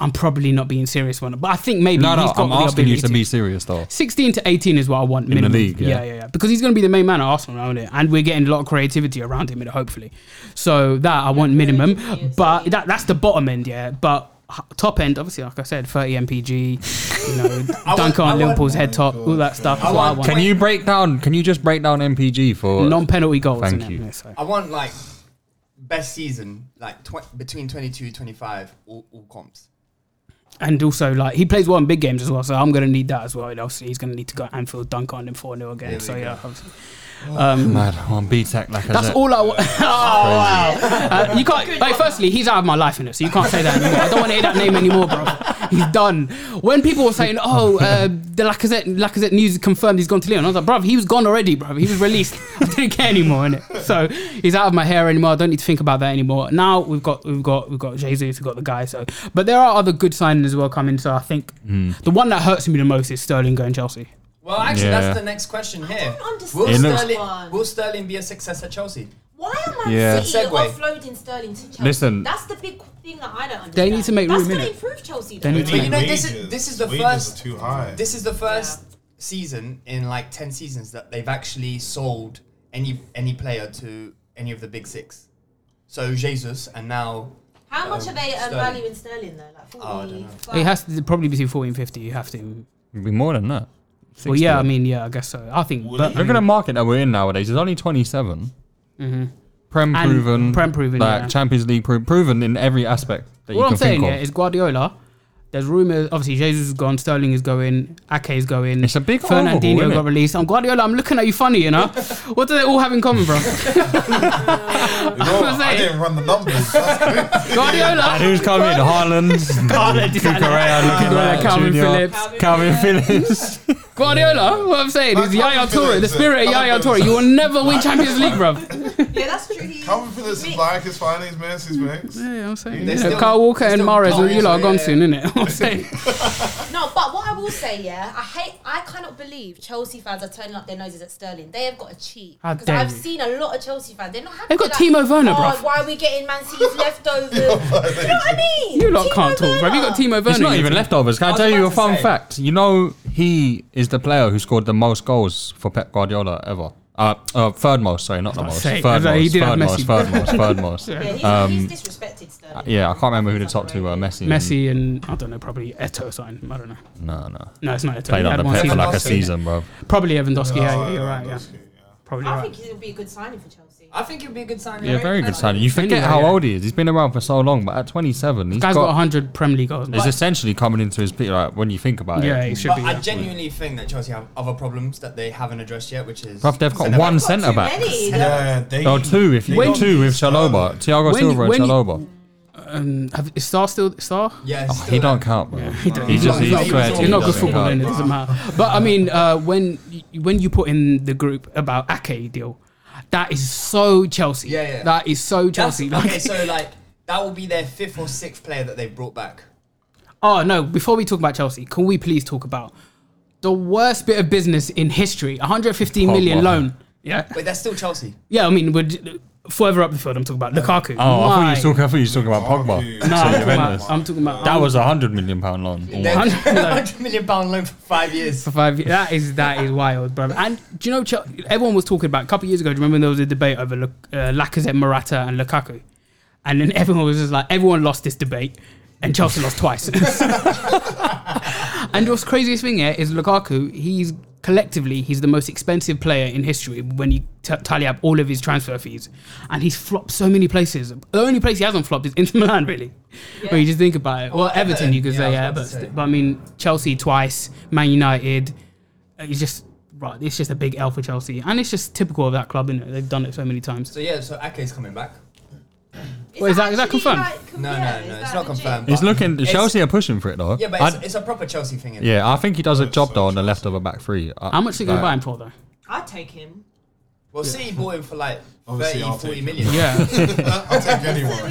S5: I'm probably not being serious one, but I think maybe
S1: No,
S5: he's
S1: no.
S5: got
S1: I'm
S5: the
S1: asking you
S5: ability.
S1: to be serious though.
S5: 16 to 18 is what I want
S1: the
S5: minimum.
S1: league, yeah.
S5: yeah, yeah, Because he's going to be the main man at Arsenal around it, and we're getting a lot of creativity around him, hopefully. So that I want minimum, but that, that's the bottom end, yeah. But h- top end, obviously, like I said, 30 MPG, you know,
S3: I
S5: dunk
S3: want- I
S5: on
S3: want-
S5: Liverpool's head top, all that stuff. is
S3: I
S5: what I
S3: want-
S5: want.
S1: Can you break down? Can you just break down MPG for
S5: Non-penalty goals,
S1: Thank
S5: innit?
S1: you.
S3: I want like best season, like tw- between 22 25, all, all comps.
S5: And also, like he plays well in big games as well, so I'm going to need that as well. And obviously, he's going to need to go Anfield dunk on him four 0
S1: There
S5: again.
S1: we
S5: so
S1: go. Oh,
S5: yeah, obviously. Um,
S1: Mad on BTEC like
S5: That's all I want. oh, wow. Uh, you can't. Like, firstly, he's out of my life in it, so you can't say that anymore. I don't want to hear that name anymore, bro. He's done. When people were saying, "Oh, uh, the Lacazette, Lacazette news confirmed he's gone to Leon," I was like, "Bro, he was gone already, bro. He was released. I didn't care anymore, innit? So he's out of my hair anymore. I don't need to think about that anymore. Now we've got, we've got, we've got Jesus, we've got the guy. So, but there are other good signings as well coming. So I think
S1: Mm.
S5: the one that hurts me the most is Sterling going Chelsea.
S3: Well, actually,
S5: Yeah.
S3: that's the next question here.
S5: understand
S3: Will
S5: It looks-
S3: Sterling, will Sterling be a success at Chelsea?
S8: Why am I
S1: Yeah.
S8: City
S3: Segue.
S8: offloading Sterling to Chelsea?
S1: Listen.
S8: that's the big thing that I don't understand.
S5: They need to make
S8: that's
S5: room,
S8: gonna
S5: innit?
S8: improve Chelsea.
S5: They
S8: though.
S5: need to But make you know, room.
S3: This is this is the
S6: Wages
S3: first.
S6: are too high.
S3: This is the first season in like ten seasons that they've actually sold any any player to any of the big six. So Jesus and now.
S8: How much
S3: um,
S8: are they um,
S3: Sterling.
S8: valuing Sterling though? Like
S3: Oh, I
S8: forty.
S3: don't know.
S5: It has to probably be between 40 and 50. You have to.
S1: It'd be more than that.
S5: Well,
S1: 60.
S5: yeah, I mean, yeah, I guess so. I think.
S1: Look
S5: but,
S1: at the market that we're in nowadays. It's only 27.
S5: Mhm.
S1: Prem
S5: And
S1: proven.
S5: Prem proven,
S1: Like
S5: yeah.
S1: Champions League pro- proven in every aspect that you
S5: What
S1: can
S5: I'm saying
S1: think
S5: yeah,
S1: of.
S5: is Guardiola. There's rumors. Obviously, Jesus is gone. Sterling is going. Ake is going. It's a big
S1: overhaul,
S5: Fernandinho
S1: innit?
S5: got released. I'm Guardiola. I'm looking at you funny. You know. what do they all have in common, bro?
S6: I didn't run the numbers. Guardiola.
S1: And who's coming? Haaland. Haaland. Cucurella.
S5: Cucurella, Calvin Phillips.
S1: Calvin Phillips.
S5: Guardiola, what I'm saying is
S6: Like Calvin
S5: Yaya Toure, the
S6: Phillips,
S5: spirit
S6: uh,
S5: of Yaya
S6: Calvin
S5: Toure.
S6: Phillips.
S5: You will never win Champions League, bruv.
S8: Yeah, that's true. He,
S6: Calvin Phillips is like his finest man's his mix.
S5: Yeah, I'm saying. You know, Carl Walker and Mares, you lot are gone soon, innit? I'm saying.
S8: No, but what I will say, yeah, I hate, I cannot believe Chelsea fans are turning up their noses at Sterling. They have got to cheat.
S5: How
S8: Because
S5: dare
S8: I've
S5: you.
S8: seen a lot of Chelsea fans. They're not happy.
S5: They've got
S8: They're
S5: Timo Werner,
S8: oh,
S5: bruv."
S8: Why are we getting Man City's leftovers? you know what I mean?
S5: You lot
S8: Timo
S5: can't talk, bruv. You got Timo Werner.
S1: It's not
S5: in your
S1: even
S5: team.
S1: leftovers. Can I, tell you a fun fact? You know, he is the player who scored the most goals for Pep Guardiola ever. Uh, uh, third most, sorry, not the
S5: I was
S1: most.
S5: saying,
S1: Third
S5: I was like, he
S1: most,
S5: did
S1: third
S5: have
S1: most,
S5: Messi.
S1: third most, third most.
S5: Yeah, he's-
S1: Um,
S8: he's disrespected Sterling.
S1: Yeah, I can't remember who the top two uh, were. Messi. and-
S5: Messi and, I don't know, probably Eto sign. I don't know.
S1: No, no.
S5: No, it's not Eto.
S1: Played
S5: He had
S1: under
S5: one
S1: Pep for
S5: season.
S1: like a season, bro.
S5: Probably Lewandowski, yeah,
S3: Oh,
S5: you're right, yeah. Probably
S8: I
S5: right.
S8: think he'll be a good signing for Chelsea.
S3: I think it'd be a good signing.
S1: Yeah, very good signing. You forget
S5: Anyway,
S1: how
S5: yeah.
S1: old he is. He's been around for so long, but at 27, he's
S5: Guy's got 100 Premier League goals.
S1: It's essentially coming into his peak, like when you think about it.
S3: but I genuinely think that Chelsea have other problems that they haven't addressed yet, which is
S1: Bruv, they've got
S3: centre-back.
S1: one centre back.
S3: Centre-back.
S1: oh, two if you
S5: When-
S1: two with Shalobah, Thiago
S5: When-
S1: Silva and
S5: when you-
S1: Shalobah.
S5: Um, have, is Star still Star?
S3: Yeah,
S1: Oh, he don't count, bro.
S5: He don't,
S1: He
S5: he's,
S1: just
S5: not,
S1: he's
S5: he's, not,
S1: sweaty.
S5: he's not
S1: He
S5: a good
S1: doesn't
S5: footballer,
S1: count.
S5: and it doesn't matter. But I mean, uh, when you, when you put in the group about Ake deal, that is so Chelsea.
S3: Yeah, yeah.
S5: That is so Chelsea. Like,
S3: Okay, so like that will be their fifth or sixth player that they've brought back.
S5: oh no! Before we talk about Chelsea, can we please talk about the worst bit of business in history? 115 million
S3: Pogba.
S5: loan. Yeah.
S3: But that's still Chelsea.
S5: Yeah, I mean, we're j- further up the field. I'm talking about Lukaku.
S1: Oh, I thought
S5: My
S1: you were talking. I thought you were talking about Pogba. So
S5: No, I'm
S1: you
S5: talking about-
S1: endless.
S5: I'm talking about-
S1: That
S5: I'm-
S1: was a hundred million pound loan.
S3: They've
S1: Almost.
S3: got a hundred million pound loan for five years.
S5: for five years. That is that is wild, brother. And do you know Chel- everyone was talking about a couple of years ago? Do you remember when there was a debate over Lu- uh, Lacazette, Morata, and Lukaku? And then everyone was just like, everyone lost this debate, and Chelsea lost twice. and what's craziest thing here is Lukaku. He's collectively he's the most expensive player in history when you t- tally up all of his transfer fees, and he's flopped so many places. The only place he hasn't flopped is Inter Milan, really. When you just think about it, well, Everton, you could say, yeah, but, but I mean Chelsea twice, Man United. It's just right. It's just a big L for Chelsea, and it's just typical of that club. Innit? They've done it so many times.
S3: So yeah, so Ake's coming back.
S5: Well, is that is that confirmed?
S3: no, no, no, it's not confirmed.
S1: He's
S3: but
S1: looking.
S3: it's-
S1: Chelsea are pushing for it though.
S3: Yeah, but
S1: I-
S3: it's, it's a proper Chelsea thing. isn't it?
S1: yeah, I think he does a job though on the left of a back three. Uh, I-
S5: How much are they gonna
S1: like-
S5: buy him for though?
S8: I'd take him.
S3: Well, City bought him for like
S6: Obviously,
S3: 30,
S6: I'll
S3: 40
S6: take
S3: million.
S5: Yeah.
S6: I'll take anyone.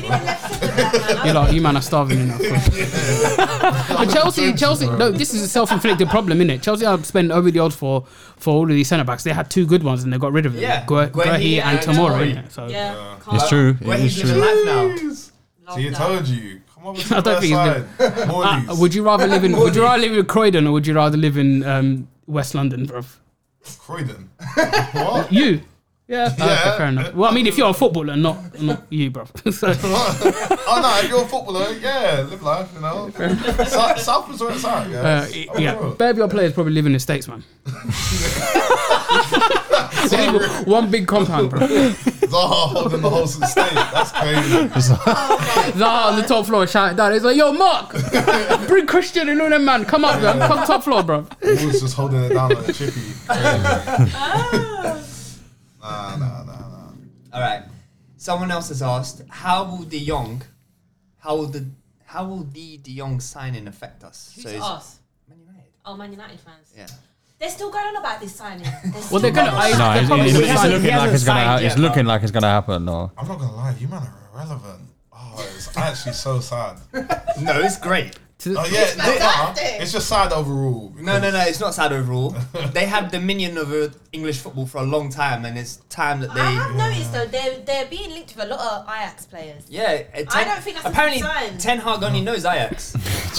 S5: You're like, you man are starving enough. but Chelsea, Chelsea, no, this is a self-inflicted problem, isn't it? Chelsea have spent over the odds for for all of these centre backs. They had two good ones and they got rid of them.
S3: Yeah.
S5: Gwe- Guehi and Tomori. innit? So
S8: Yeah.
S1: It's true.
S3: Where
S1: It is
S3: he's living
S1: true.
S3: life now.
S6: See, I told you. Come on,
S5: I don't think it's good. Uh, would you rather live in Would you rather live in Croydon or would you rather live in um, West London, bruv?
S6: Croydon.
S5: You. Yeah. Okay, fair enough. Well, I mean, if you're a footballer, not not you, bruv. so,
S6: oh no, if you're a footballer, yeah, live life, you know. South, South is where it's at,
S5: uh,
S6: guys. I'm
S5: yeah,
S6: real.
S5: Bear of your players probably live in the states, man. They live in one big compound, bro.
S6: Zaha holding the whole state. That's crazy.
S5: Zaha on the top floor shouting down. He's like, "Yo, Mark, bring Christian and all them man. Come up, man. Come top floor, bro."
S6: He was just holding it down like a chippy. nah, nah, nah.
S3: All right. Someone else has asked, how will De Jong, how will the, how will the De Jong signing affect us?
S8: Who's
S3: it's-
S8: us?
S3: Man United.
S8: Oh, Man United fans.
S3: Yeah.
S8: They're still going on about this signing.
S5: Well, they're gonna. I,
S1: No,
S5: they're
S1: it's,
S5: probably
S1: it's,
S5: gonna
S1: it's
S5: sign- he
S1: looking like
S5: hasn't
S1: it's gonna.
S5: signed
S1: Ha-
S5: yet,
S1: it's
S5: bro.
S1: looking like it's gonna happen. No,
S6: I'm not gonna lie, you man are irrelevant. Oh, it's actually so sad.
S3: No, it's great.
S6: Oh yeah,
S3: It's
S6: no,
S3: fantastic.
S6: nah, it's just sad overall.
S3: No, no, no, it's not sad overall. they had dominion over English football for a long time, and it's time that they.
S8: I have noticed though they're they're being linked with a lot of Ajax players.
S3: Yeah, uh, Ten,
S8: I don't think that's a good
S3: apparently
S8: sign.
S3: Ten Hag only knows Ajax.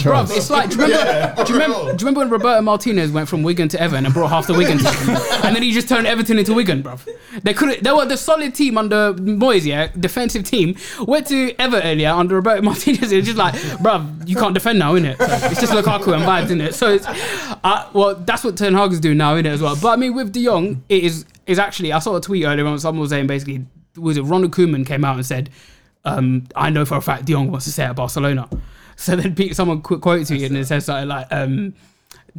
S5: Bro, it's like, do you, remember, do, you remember, do you remember when Roberto Martinez went from Wigan to Everton and brought half the Wigan team? and then he just turned Everton into Wigan, bro. They couldn't, they were the solid team under Moyes, yeah, defensive team. Went to Everton, yeah, under Roberto Martinez. It was just like, bro, you can't defend now, innit? So it's just Lukaku and vibes, innit? So it's, uh, well, that's what Ten Hag is doing now, innit, as well. But I mean, with De Jong, it is, is actually, I saw a tweet earlier on, someone was saying basically, was it Ronald Koeman came out and said, um, I know for a fact De Jong wants to stay at Barcelona. So then Pete, someone qu- quotes you and it says something like, um,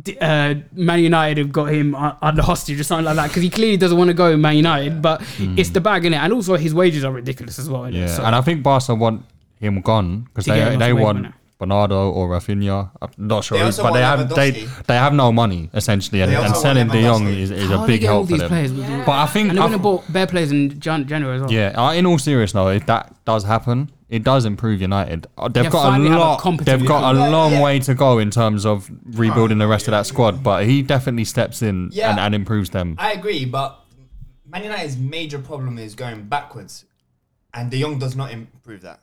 S5: D- uh, Man United have got him u- under hostage or something like that because he clearly doesn't want to go Man United, but
S1: Mm.
S5: it's the bag in it, and also his wages are ridiculous as well. innit?
S1: yeah.
S5: So-
S1: And I think Barca want him gone because
S5: To get him
S1: they
S5: off
S1: they
S5: the wing,
S1: want
S5: wouldn't
S1: Bernardo or Rafinha. I'm not sure,
S3: They
S1: who,
S3: also
S1: but they
S3: want
S1: have they,
S3: Lewandowski.
S1: they have no money essentially, and,
S3: They also
S1: and
S3: want
S1: selling De Jong
S3: Lewandowski.
S1: is, is
S5: How
S1: a
S5: are they
S1: big
S5: getting all
S1: help for
S5: these
S1: them.
S5: players? with the-
S1: But I think
S5: and they're
S1: I-
S5: going to bought bare players in Jan- January as well.
S1: Yeah, uh, in all seriousness though, if that does happen, it does improve United. Uh, They've
S5: Yeah,
S1: got a
S5: finally have a
S1: lot.
S5: competent
S1: they've got a
S5: recruit.
S1: long way to go in terms of rebuilding the rest of that squad. But he definitely steps in
S3: Yeah.
S1: and, and improves them.
S3: I agree, but Man United's major problem is going backwards, and De Jong does not improve that.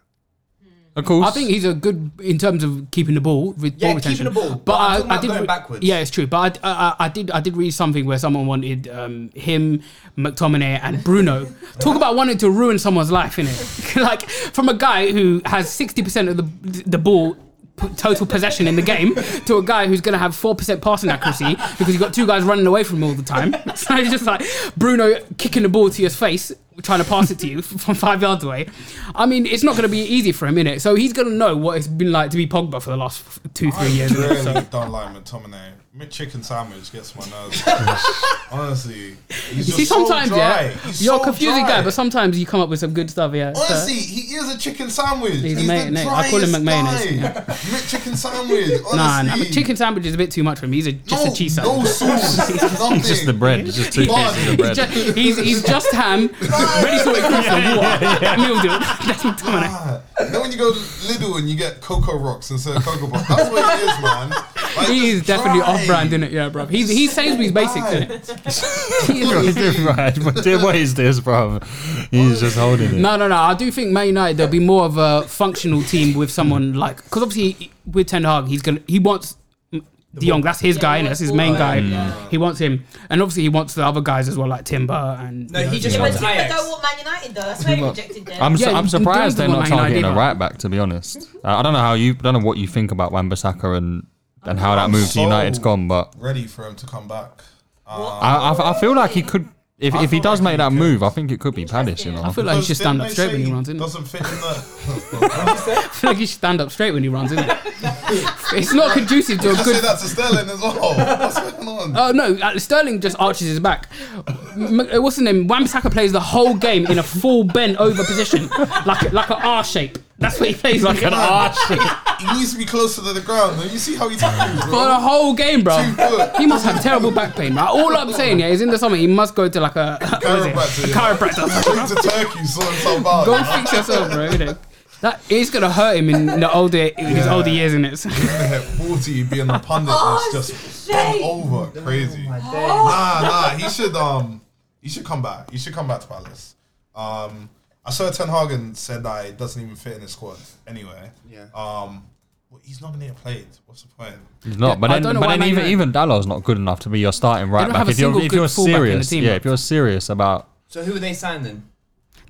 S1: Of course.
S5: I think he's a good in terms of keeping the ball with
S3: Yeah, keeping
S5: ball retention.
S3: the ball, but I'm talking about going
S5: re-
S3: backwards.
S5: Yeah, it's true. But I, I, I did I did read something where someone wanted um, him, McTominay, and Bruno. Talk about wanting to ruin someone's life in it. like from a guy who has sixty percent of the the ball. p- Total possession in the game to a guy who's going to have four percent passing accuracy because you've got two guys running away from him all the time. So it's just like Bruno kicking the ball to your face, trying to pass it to you from five yards away. I mean, it's not going to be easy for him, innit? So he's going to know what it's been like to be Pogba for the last f- two, three years.
S6: I really
S5: So-
S6: don't like McTominay. McChicken sandwich gets my nerves. Honestly, he's
S5: You
S6: just
S5: see, sometimes,
S6: so dry.
S5: yeah,
S6: He's
S5: you're
S6: so
S5: a confusing
S6: dry.
S5: guy, but sometimes you come up with some good stuff, yeah. So-
S6: Honestly, he is a chicken sandwich. He's,
S5: He's a
S6: the
S5: mate, innit? I call him
S6: driest
S5: McMayonnaise,
S6: guy. McChicken sandwich. Honestly,
S5: Nah, nah, but chicken sandwich is a bit too much for him. He's a, just a cheese sandwich.
S6: no sauce, nothing.
S1: It's just the bread. It's just two
S5: Bars.
S1: pieces of bread.
S5: He's just, he's, he's just ham, ready sorted crust and water. He'll do it. That's McTominay.
S6: You know when you go to Lidl and you get Cocoa Rocks instead of Cocoa Pops? That's what it is, man.
S5: he is definitely off-brand, innit? Yeah, bro. He's, he Sainsbury's basics, innit?
S1: He's doing right, but dude, what is this, bro? He's just holding it.
S5: No, no, no. I do think Man United there'll be more of a functional team with someone like because obviously with Ten Hag he's gonna he wants De Jong. That's his guy. innit? That's his main guy. He wants him, and obviously he wants the other guys as well, like Timber and.
S3: No,
S5: you
S3: he just
S5: yeah.
S3: wants
S8: I
S3: Ajax.
S8: don't want Man United though. That's why he rejected them.
S1: I'm, su-
S5: Yeah,
S1: I'm
S5: you
S1: surprised
S5: don't
S1: they're
S5: want
S1: not
S5: Man United
S1: targeting a
S5: either.
S1: right back. To be honest, uh, I don't know how you, I don't know what you think about Wan-Bissaka and and how that move to
S3: Oh.
S1: United's gone, but
S6: ready for him to come back.
S1: I, I, I feel like he could, if, if he does make that move, I think it could be Palace. You know,
S5: I feel like he should stand up straight when he runs in.
S6: Doesn't fit in the.
S5: I feel like he should stand up straight when he runs in. it's not conducive to
S6: I
S5: a
S6: say
S5: good.
S6: that to Sterling as well. What's going on?
S5: Oh no! uh, Sterling just arches his back. M- uh, what's his name? Wan-Bissaka plays the whole game in a full bent over position, like a, like an R shape. That's what he plays
S1: Like an R shape.
S6: He needs to be closer to the ground. though. You see how he tackles,
S5: For the
S6: bro.
S5: whole game, bro. He must have terrible back pain, right? All I'm saying, yeah, is in the summer he must go to like a what is it?
S6: Chiropractor, yeah.
S5: chiropractor.
S6: Straight to Turkey, sort himself out.
S5: go fix yourself, bro. You know? That is gonna hurt him in the older in his
S6: Yeah.
S5: older years, in it.
S6: Hit 40 being the pundit
S5: Oh,
S6: that's just bent over crazy. Nah, nah, he should um he should come back. He should come back to Palace. Um I saw Ten Hagen said that it doesn't even fit in his squad anyway.
S3: Yeah.
S6: Um well, he's not gonna get played. What's the point?
S1: He's not, but
S5: I
S1: then,
S5: don't know
S1: but
S5: why
S1: then
S5: Man
S1: even
S5: United-
S1: even Dalot's not good enough to be your starting right
S5: don't
S1: back.
S5: have a
S1: If you're
S5: single
S1: if
S5: good
S1: you're
S5: fullback in the
S1: serious,
S5: team,
S1: yeah,
S5: bro.
S1: if you're serious about
S3: So who are they signing then?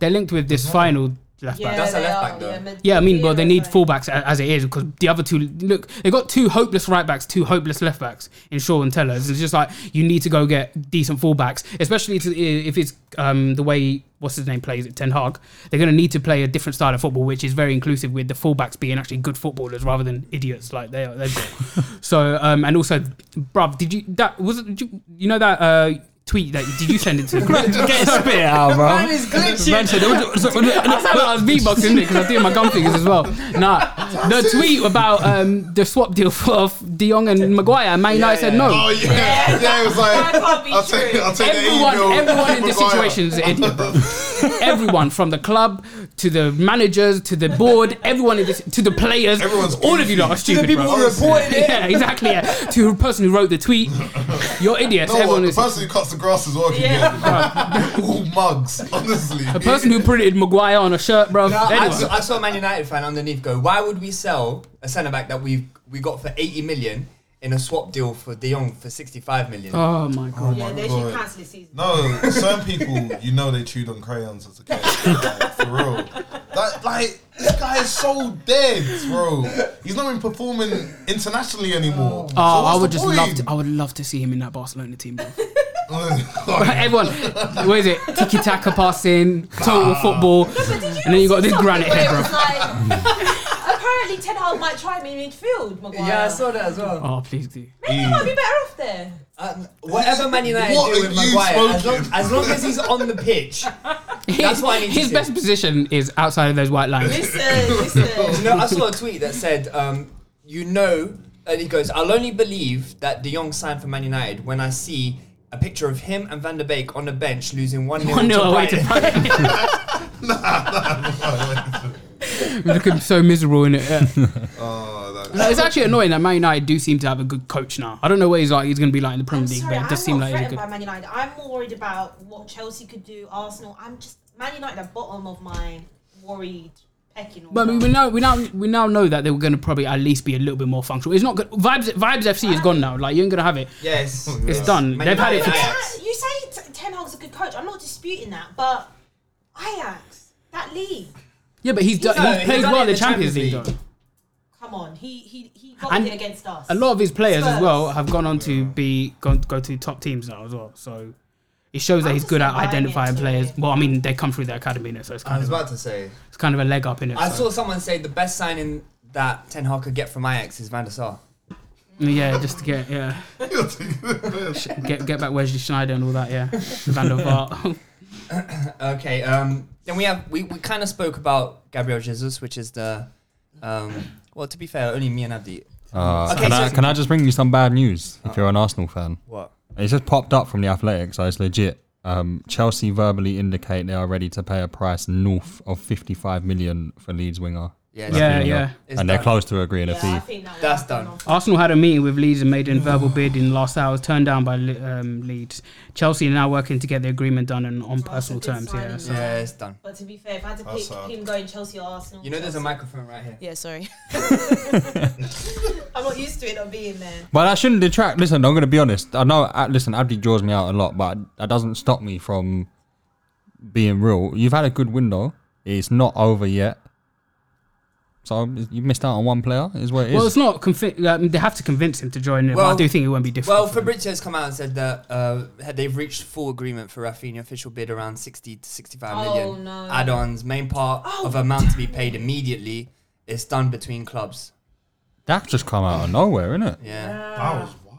S5: They're linked with this final left
S8: yeah,
S5: back.
S3: That's a
S8: they
S3: left
S8: are,
S3: back, though.
S8: yeah, mid-
S5: Yeah, I mean, well, they need fullbacks a- as it is because the other two look they got two hopeless right backs, two hopeless left backs in Shaw and Tellers. It's just like you need to go get decent fullbacks, especially to, if it's um, the way what's his name plays at Ten Hag. They're going to need to play a different style of football, which is very inclusive with the fullbacks being actually good footballers rather than idiots like they are. They've got. so, um, and also, bruv, did you that was it, did you, you know that uh, tweet that did you send it to the group?
S1: get spit out, bro.
S5: Man is glitching. I sound like I was beatboxing because I was doing my gum fingers as well. Nah, the tweet about um, the swap deal for of De Jong and Maguire, and Man United said no.
S6: Oh yeah. Yeah, it was like I'll take I'll take the
S5: Everyone,
S6: eight-year-old
S5: everyone in this
S6: Maguire.
S5: situation is an idiot, bro. everyone from the club to the managers to the board, everyone in this to the players,
S6: Everyone's
S5: all of you lot are
S6: goofy. To the
S5: stupid.
S6: people
S5: bro.
S6: who reported it.
S5: Yeah, exactly. Yeah. To the person who wrote the tweet, you're idiots.
S6: No,
S5: everyone
S6: the
S5: is
S6: person who cuts the grass as well can get it. All mugs, honestly.
S5: the person who printed Maguire on a shirt, bro.
S3: No, I,
S5: anyone.
S3: saw, I saw a Man United fan underneath go, "Why would we sell a centre back that we we got for 80 million in a swap deal for De Jong for 65 million?
S5: Oh my god.
S6: Oh my
S8: they
S6: God.
S8: should cancel this season.
S6: No, some people, you know, they chewed on crayons as a kid. like, for real. That, like, this guy is so dead, bro. He's not even performing internationally anymore. So
S5: Oh,
S6: what's
S5: I would
S6: the
S5: just love.
S6: point?
S5: To, I would love to see him in that Barcelona team. bro. Everyone, what is it? Tiki taka passing, total football,
S8: But did you
S5: and then you
S8: not
S5: got
S8: see
S5: this
S8: something
S5: granite
S8: where
S5: head,
S8: it
S5: bro.
S8: was like- apparently Ten Hag might try him in midfield, Maguire.
S3: Yeah, I saw that as well.
S5: Oh, please do.
S8: Maybe he might be better off there.
S3: Whatever Man United
S8: What
S3: do
S8: are
S3: with
S8: you
S3: Maguire, as long,
S8: smoking?
S3: as long as he's on the pitch, that's what I need
S5: His
S3: to
S5: best position is outside of those white
S3: do.
S5: lines.
S3: You know, I saw a tweet that said, um, "You know," and he goes, "I'll only believe that De Jong signed for Man United when I see." A picture of him and Van der Beek on the bench losing 1 0
S5: 1-0 away to looking so miserable in it. no, it's actually annoying that Man United do seem to have a good coach now. I don't know what he's like. He's going to be like in the Premier League,
S8: Sorry,
S5: but
S8: I'm
S5: it does seem
S8: not
S5: like he's a
S8: threatened
S5: good.
S8: by Man United. I'm more worried about what Chelsea could do, Arsenal. I'm just Man United at bottom of my worried pecking order.
S5: But we we now we now we now know that they were going to probably at least be a little bit more functional. It's not good. Vibes Vibes FC is gone now. Like you ain't going to have it.
S3: Yes,
S5: It's done.
S3: Man
S5: They've had it
S3: United
S5: for.
S3: Ajax.
S8: You say T- Ten Hag's a good coach. I'm not disputing that, but Ajax, that league,
S5: Yeah, but he's,
S8: He's
S5: done,
S8: done it.
S5: he's
S8: He's
S5: played
S8: done
S5: well
S8: it
S5: in the Champions League. though.
S8: come on, he he he got
S5: And
S8: it against us.
S5: A lot of his players as
S8: Spurs.
S5: well have gone on to be gone go to top teams now as well. So it shows that he's good at identifying players. Well, I mean they come through the academy, innit? so it's kind
S3: I was
S5: of
S3: about to say.
S5: it's kind of a leg up in it.
S3: I
S5: so.
S3: saw someone say the best signing that Ten Hag could get from Ajax is Van der Sar.
S5: Yeah, just to get yeah. Sh- get get back Wesley Schneider and all that. Yeah, Van der Vaart.
S3: okay. Um, then we have we, we kind of spoke about Gabriel Jesus, which is the um, well. To be fair, only me and Abdi.
S1: Uh, can, I, can I just bring you some bad news if you're an Arsenal fan?
S3: What?
S1: It just popped up from the Athletic, so it's legit. Um, Chelsea verbally indicate they are ready to pay a price north of 55 million for Leeds winger.
S5: Yeah, it's Yeah, done. yeah. It's
S1: And they're
S5: done.
S1: close to agreeing a
S3: Yeah, I
S1: fee.
S8: think
S3: That's done.
S5: Arsenal had a meeting with Leeds and made a verbal bid in the last hours, turned down by Le- um, Leeds. Chelsea are now working to get the agreement done and on personal terms. Yeah, so.
S3: Yeah, it's done.
S8: But to be fair, if I had to
S3: Oh,
S8: pick
S3: sorry.
S8: him going Chelsea or Arsenal,
S3: You know, there's a
S8: Chelsea.
S3: microphone right here.
S8: Yeah, sorry. I'm not used to it not being there.
S1: But that shouldn't detract. Listen, I'm going to be honest. I know, uh, listen, Abdi draws me out a lot, but that doesn't stop me from being real. You've had a good window. It's not over yet. So you missed out on one player, is what it is.
S5: Well, it's not. Confi- um, they have to convince him to join in. but I do think it won't be difficult.
S3: Well, Fabrizio's come out and said that uh, had they've reached full agreement for Rafinha official bid around 60 to 65
S8: Oh,
S3: million.
S8: no. Oh,
S3: Add-ons, main part of amount to be paid immediately. It's done between clubs.
S1: That's just come out of nowhere, isn't it?
S3: Yeah. That was wild.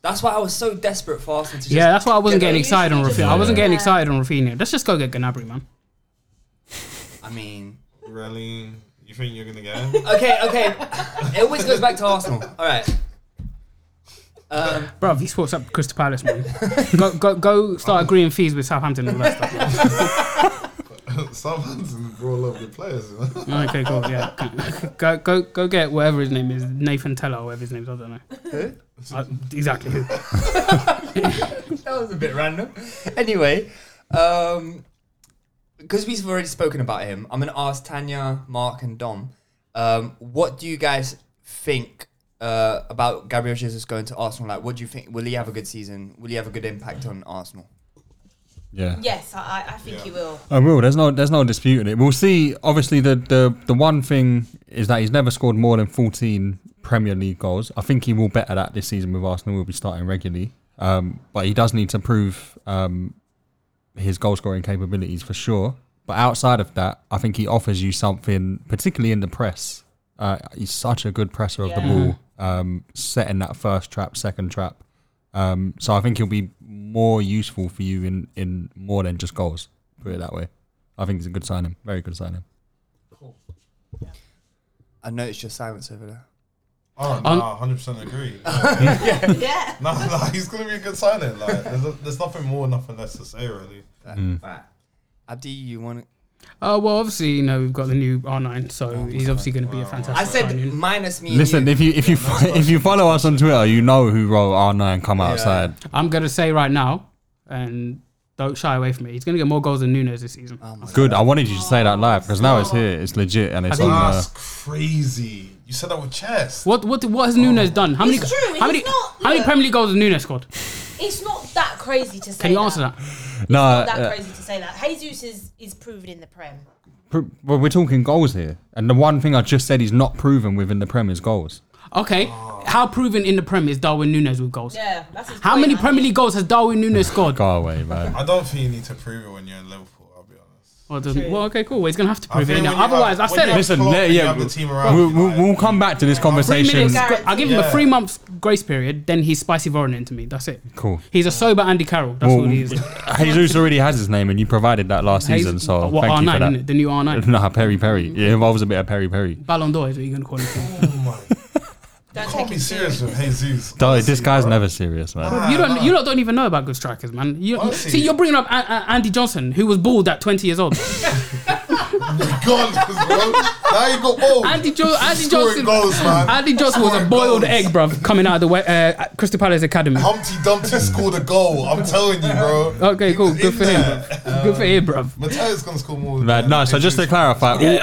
S3: That's why I was so desperate for Arsenal to just
S5: yeah, that's why I wasn't
S3: get
S5: getting
S3: those-
S5: excited on Rafinha.
S1: Yeah.
S5: I wasn't getting excited on Rafinha. Let's just go get Gnabry, man.
S3: I mean,
S6: really, you think you're gonna get him?
S3: Okay, okay. It always goes back to Arsenal. All right. Um,
S5: Bro, he sports up Crystal Palace, man. go, go, go! Start agreeing fees with Southampton and all that stuff.
S6: Someone's brought up the players. You know?
S5: Okay, cool. Yeah, go, go, go! Get whatever his name is, Nathan Teller, or whatever his name is. I don't know.
S3: Who?
S5: I- exactly who?
S3: that was a bit random. Anyway, um, because we've already spoken about him, I'm going to ask Tanya, Mark, and Dom. Um, what do you guys think uh, about Gabriel Jesus going to Arsenal? Like, what do you think? Will he have a good season? Will he have a good impact on Arsenal?
S1: Yeah.
S8: Yes, I, I- I think he will.
S1: I will. There's no there's no disputing it. We'll see. Obviously, the, the the one thing is that he's never scored more than 14 Premier League goals. I think he will better that this season with Arsenal. Will be starting regularly, um, but he does need to prove um, his goal scoring capabilities for sure. But outside of that, I think he offers you something, particularly in the press. Uh, he's such a good presser of the
S5: Yeah.
S1: ball, um, setting that first trap, second trap. Um, so I think he'll be more useful for you in, in more than just goals. Put it that way. I think it's a good signing, very good signing.
S3: I noticed your silence over there.
S6: Oh no, hundred percent agree.
S3: Yeah. Yeah.
S6: No, no, he's gonna be a good signing. Like, there's, there's nothing more, nothing less to say really.
S1: Mm.
S3: Abdi, you want?
S5: Uh, well, obviously, you know, we've got the new R9, so he's obviously going to be a fantastic.
S3: I said
S5: signing.
S3: minus me. and
S1: Listen, if you if you fo- if you follow us on Twitter, you know who wrote R nine come outside.
S5: I'm going to say right now, and don't shy away from it. He's going to get more goals than Nunes this season.
S8: Oh
S1: Good. I wanted you to say that live because now it's here, it's legit, and it's on. Uh,
S6: That's crazy. You said that with chest.
S5: What what what has Nunes done? How many
S8: It's true,
S5: how
S8: he's
S5: many
S8: not-
S5: how many
S8: look.
S5: Premier League goals has Nunes scored?
S8: It's not that crazy to say.
S5: Can you
S8: that.
S5: answer that?
S1: no,
S8: Not that
S1: uh,
S8: crazy to say that. Jesus is is proven in the Prem.
S1: pr- but we're talking goals here, and the one thing I just said he's not proven within the Prem is goals.
S5: Okay, how proven in the Prem is Darwin Nunes with goals?
S8: Yeah, that's his
S5: How
S8: point,
S5: many
S8: man.
S5: Premier League goals has Darwin Nunes scored?
S1: Go away, man.
S6: I don't think you need to prove it when you're in Liverpool. I'll be honest.
S5: Or doesn't? Well, okay, cool. Well, he's gonna have to prove it
S6: think
S5: now.
S6: when you
S5: Otherwise,
S6: have-
S5: I've said it.
S1: Listen, let- yeah, we'll, we'll, we'll come back to this
S5: Three
S1: conversation.
S5: minutes, gra- I'll give him
S1: Yeah.
S5: a three months grace period. Then he's spicy voronin to me. That's it.
S1: Cool.
S5: He's a sober Andy Carroll. That's
S1: Well,
S5: all he is.
S1: Jesus already has his name, and you provided that last
S5: Hayes-
S1: season. So
S5: what,
S1: thank you for
S5: R9,
S1: that.
S5: innit? The new R9.
S1: Nah, Perry Perry. It involves a bit of Perry Perry.
S5: Ballon d'Or is what you're gonna call him.
S8: Don't
S6: Can't be serious with Jesus. Ah,
S1: Dude, this guy's never serious, man.
S5: Bro, you don't, you lot don't even know about good strikers, man. You,
S6: Honestly.
S5: see, you're bringing up a- A- Andy Johnson, who was bald at 20 years old.
S6: God, bro. Now you oh, got old.
S5: Andy, jo- Andy
S6: Scoring
S5: Johnson,
S6: goals, man.
S5: Andy Johnson was a boiled egg, bro, coming out of the way, uh, Crystal Palace Academy.
S1: Oh.
S6: Humpty Dumpty scored a goal. I'm telling you, bro.
S5: Okay, cool. Good for him. bruv. Good for him, bro.
S6: Mateo's gonna score more.
S1: Man, no, so just to clarify, all- all-
S5: Do you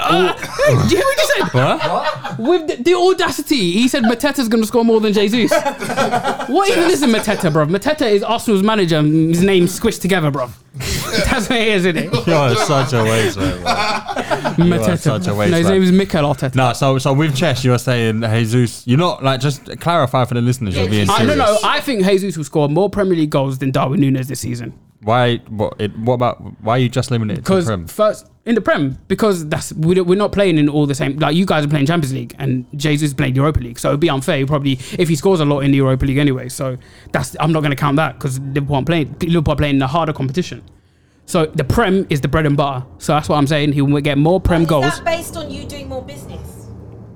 S5: hear what you said?
S1: What?
S5: With the, the audacity, he said Mateta's going to score more than Jesus. what even is a Mateta, bro? Mateta is Arsenal's manager. and His name squished together, bro. That's what it is, isn't it?
S1: you are such a waste, man. You are
S5: Mateta.
S1: such a waste,
S5: no, his
S1: man.
S5: name is Mikel Arteta.
S1: No, so so with chess, you're saying Jesus. You're not like just clarify for the listeners. You're being
S5: I,
S1: serious.
S5: no, no. I think Jesus will score more Premier League goals than Darwin Nunes this season.
S1: Why? What? It, what about? Why are you just limiting it to
S5: Because
S1: Prem?
S5: first in the Prem, because that's we don't- we're not playing in all the same. Like you guys are playing Champions League and Jesus is playing Europa League, so it'd be unfair. He probably if he scores a lot in the Europa League anyway, so that's I'm not going to count that because Liverpool aren't playing Liverpool are playing in a harder competition. So the Prem is the bread and butter. So that's what I'm saying. He will get more Prem
S8: Is
S5: goals.
S8: that based on you doing more business?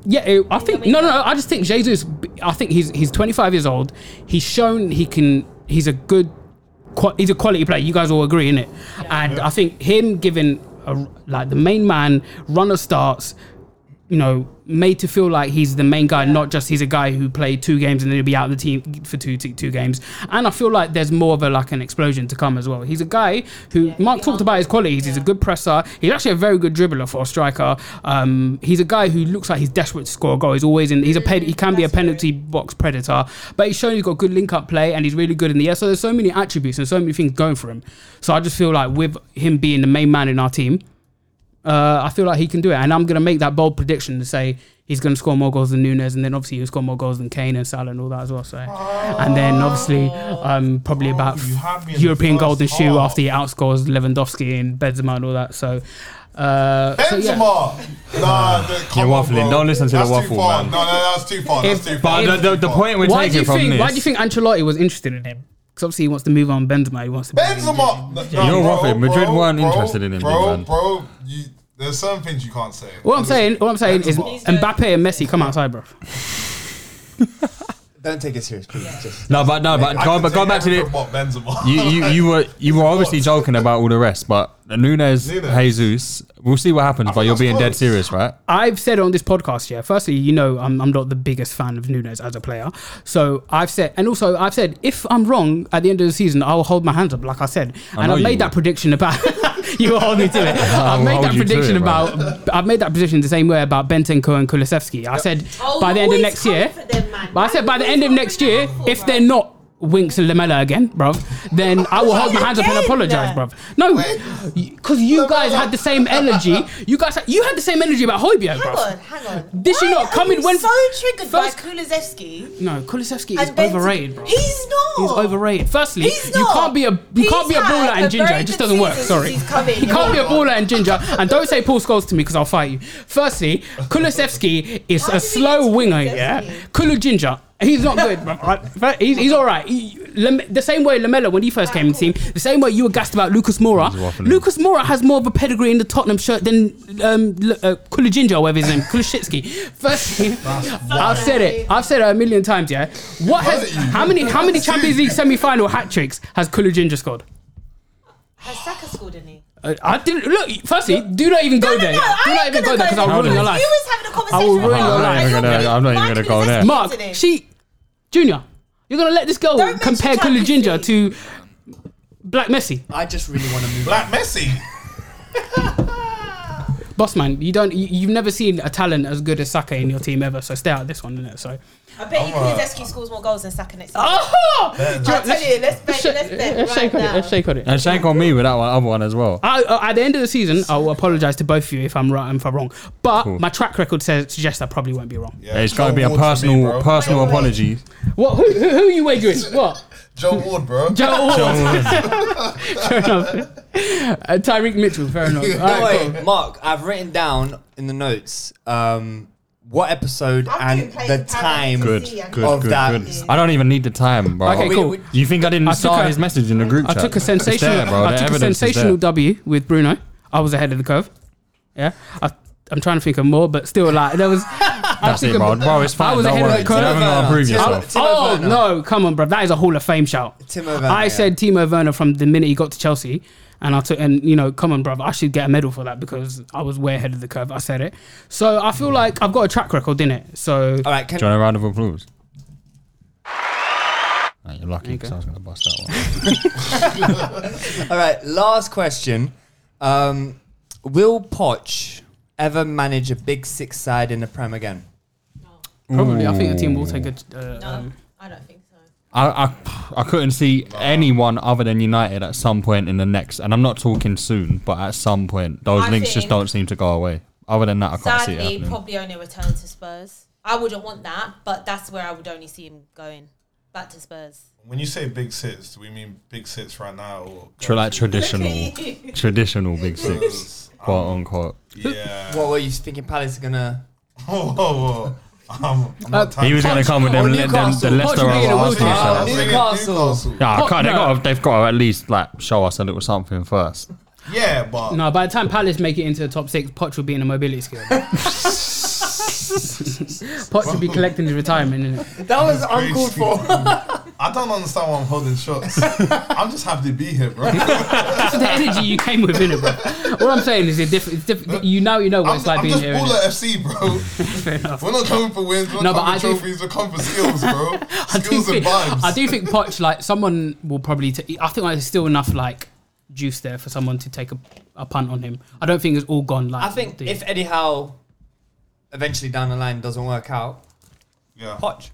S5: Yeah, it- I think no, no, no. I just think Jesus. I think he's he's 25 years old. He's shown he can. He's a good. qua- He's a quality player. You guys all agree, innit? And I think him giving a, like the main man runner starts. You know, made to feel like he's the main guy, not just he's a guy who played two games and then he'll be out of the team for two two two games. And I feel like there's more of a like an explosion to come as well. He's a guy who Um, Mark talked about his qualities. He's a good presser. He's actually a very good dribbler for a striker. Um, he's a guy who looks like he's desperate to score a goal. He's always in. He's a pen, he can be a penalty box predator, but he's shown he's got good link up play and he's really good in the air. So there's so many attributes and so many things going for him. So I just feel like with him being the main man in our team, uh, I feel like he can do it. And I'm going to make that bold prediction to say he's going to score more goals than Nunes. And then obviously he'll score more goals than Kane and Salah and all that as well. So, And then obviously um,
S6: Oh,
S5: probably about
S6: had me in the
S5: European
S6: first
S5: golden shoe
S6: half.
S5: after he outscores Lewandowski and Benzema and all that. So, uh, so yeah.
S6: Benzema. Nah, the- come on,
S1: waffling.
S6: bro.
S1: Don't listen to the
S6: That's too
S1: waffle,
S6: far.
S1: man.
S6: No, no, that's too far. That's too far.
S1: But the, the, the point we're
S5: why do
S1: taking
S5: you
S1: from
S5: think,
S1: this,
S5: Why do you think Ancelotti was interested in him? Because obviously he wants to move on Benzema. He wants to
S6: Benzema. No,
S1: you're
S6: bro,
S1: waffling. Madrid
S6: bro,
S1: weren't
S6: bro,
S1: interested in him, big
S6: Bro,
S1: man.
S6: bro, you, there's some things you can't say.
S5: What I'm saying, what I'm saying is Mbappe and Messi come outside, bro.
S9: Don't take it serious, please. Just
S1: No, but no, but
S9: I
S1: go,
S9: can
S1: but go
S9: take
S1: back to
S9: everything
S1: the.
S9: but Benzema.
S1: You, you, you were you were obviously joking about all the rest, but Nunes,
S5: Nunes.
S1: Jesus, we'll see what happens. But you're being dead
S5: close.
S1: serious, right?
S5: I've said on this podcast, yeah. Firstly, you know, I'm, I'm not the biggest fan of Nunes as a player, so I've said, and also I've said, if I'm wrong at the end of the season, I will hold my hands up, like I said,
S1: I
S5: and
S1: know
S5: I
S1: you
S5: made that
S1: would.
S5: prediction about. you will hold me to it.
S1: I
S5: I've
S1: will
S5: made
S1: hold
S5: that
S1: you to
S5: prediction
S1: it, man.
S5: about. I've made that prediction the same way about Bentenko and Kulisevsky. I said
S8: Oh,
S5: by the
S8: you're
S5: end of
S8: always
S5: next year.
S8: coming for them, man.
S5: But I said by the end of next year, if they're not Winks and Lamella again, bruv, then I will hold my hands up and apologise, bruv. No, because you guys had the same energy. You guys, you had the same energy about
S8: Hang on,
S5: Hoybjerg, bruv.
S8: hang on.
S5: Did she
S8: Why
S5: not
S8: are
S5: come in
S8: you
S5: when-
S8: so triggered by Kulusevski?
S5: No, Kulisevsky is
S8: And Benzema-
S5: overrated, bro.
S8: He's not.
S5: He's overrated. Firstly,
S8: He's
S5: you
S8: not.
S5: can't be a you
S8: He's
S5: can't be a
S8: had
S5: baller
S8: a
S5: and ginger.
S8: very
S5: It just
S8: good
S5: doesn't work.
S8: season
S5: Sorry,
S8: since he's come in.
S5: he can't be a
S8: Yeah.
S5: baller and ginger. And don't say Paul Scholes to me because I'll fight you. Firstly, Kulisevsky is a slow winger. Yeah, Kulu ginger. He's not good. bro. Right? He's, he's all right. He- Lame- the same way Lamella when he first came in the team. The same way you were gassed about Lucas Moura.
S1: He's waffling.
S5: Lucas Moura has more of a pedigree in the Tottenham shirt than um, L- uh, Kulijinja, or whatever his name, Kulishitsky. Firstly, I've said it. I've said it a million times. Yeah. What has how many how many Champions League semi final hat tricks has Kulijinja scored?
S8: Has Saka scored any?
S5: Uh, I didn't look. Firstly, do not even go there. do not even go there because I'll ruin your life.
S8: You was having a
S5: I will
S8: conversation.
S5: ruin your life.
S1: I'm not even gonna- I'm not even gonna go there.
S5: Mark, she, Junior, you're gonna let this go compare Kulijinja to Black Messi.
S9: I just really want to move.
S6: Black Messi.
S5: Boss man, you don't. You, you've never seen a talent as good as Saka in your team ever. So stay out of this one, innit? So.
S8: I bet you
S5: Alright.
S8: Kulusevski scores more goals than Saka next season.
S5: Oh!
S8: I tell you, let's bet. Let's bet.
S5: Let's
S8: right
S5: shake on it.
S8: now.
S5: Let's shake on it.
S1: And shank on me with that one, other one as well.
S5: I, uh, at the end of the season, I will apologise to both of you if I'm right and if I'm wrong. But
S1: Cool.
S5: my track record says suggests I probably won't be wrong.
S1: it's going to be a
S6: Don't water me,
S1: personal
S6: bro.
S1: personal
S6: Don't water me.
S1: apology.
S5: What? Who, who, who are you wagering? What?
S6: Joe Ward, bro.
S5: Joe Ward. fair enough. Uh, Tyreek Mitchell, fair enough. All right,
S3: Wait,
S5: cool.
S3: Mark, I've written down in the notes um, what episode and the time
S1: Good, good,
S3: of
S1: good, good. Oh,
S3: that.
S1: I don't even need the time, bro.
S5: Okay, cool.
S1: You think I didn't
S5: I took
S1: saw
S5: a-
S1: his message in the group
S5: I
S1: chat?
S5: took a
S1: It's there,
S5: sensational,
S1: bro.
S5: I
S1: The
S5: took a
S1: evidence is there.
S5: sensational W with Bruno. I was ahead of the curve. Yeah, I, I'm trying to think of more, but still, like there was.
S1: That's it, bro. Bro, it's fine.
S5: I was
S1: Don't
S5: ahead
S1: worry.
S5: of the
S1: You
S5: curve.
S1: haven't got to prove
S5: I-
S1: yourself.
S5: oh no, come on, bro. That is a Hall of Fame shout.
S3: Timo Werner,
S5: I said Timo Werner from the minute he got to Chelsea, and I took and you know, come on, bro. I should get a medal for that because I was way ahead of the curve. I said it, so I feel like I've got a track record in it. So
S3: all right,
S1: Do you want a round of applause? Ah, you're lucky because I was going to bust that one.
S3: All right, last question. Um, will Poch ever manage a big six side in the Prem again?
S5: probably, I think the team will take a. Uh, um,
S1: I, I, I couldn't see anyone other than United at some point in the next, and I'm not talking soon, but at some point, those
S8: I
S1: links just
S8: think-
S1: don't seem to go away. Other than that, I can't see it
S8: Sadly,
S1: happening.
S8: probably only return to Spurs. I wouldn't want that, but that's where I would only see him going back to Spurs.
S6: When you say big sits, do we mean big sits right now? Or
S1: Tra- like traditional, traditional big six, quote unquote.
S6: um, yeah.
S3: What were you thinking? Palace are gonna.
S6: Whoa, whoa, whoa. Um, I'm
S5: Uh,
S6: not
S1: he was going to
S6: touching-
S1: come with them, let them the left
S6: Ah,
S1: or right.
S3: Newcastle.
S1: Yeah, I
S5: What?
S1: can't, they
S5: No.
S1: got, they've got to at least like show us a little something first.
S6: Yeah, but
S5: no, by the time Palace make it into the top six, Poch will be in a mobility scale. Poch will be collecting his retirement. Innit?
S3: That was
S6: Crazy.
S3: uncalled for.
S6: I don't understand why I'm holding shots. I'm just happy to be here, bro.
S5: That's the energy you came with, innit, bro? All I'm saying is, it's different. It's diff- you now you know what
S6: I'm,
S5: it's like
S6: I'm
S5: being
S6: just
S5: here.
S6: all
S5: innit?
S6: at FC, bro.
S5: Fair enough.
S6: We're not coming for wins. We're
S5: No,
S6: not
S5: but I
S6: coming for
S5: do-
S6: trophies. We're coming for skills, bro.
S5: I do,
S6: skills and
S5: think,
S6: vibes.
S5: I do think Poch, like, someone will probably. T- I think like, there's still enough, like, juice there for someone to take a, a punt on him. I don't think it's all gone. Like,
S3: I think
S5: the-
S3: if Eddie Howe eventually down the line doesn't work out,
S6: yeah.
S3: Poch.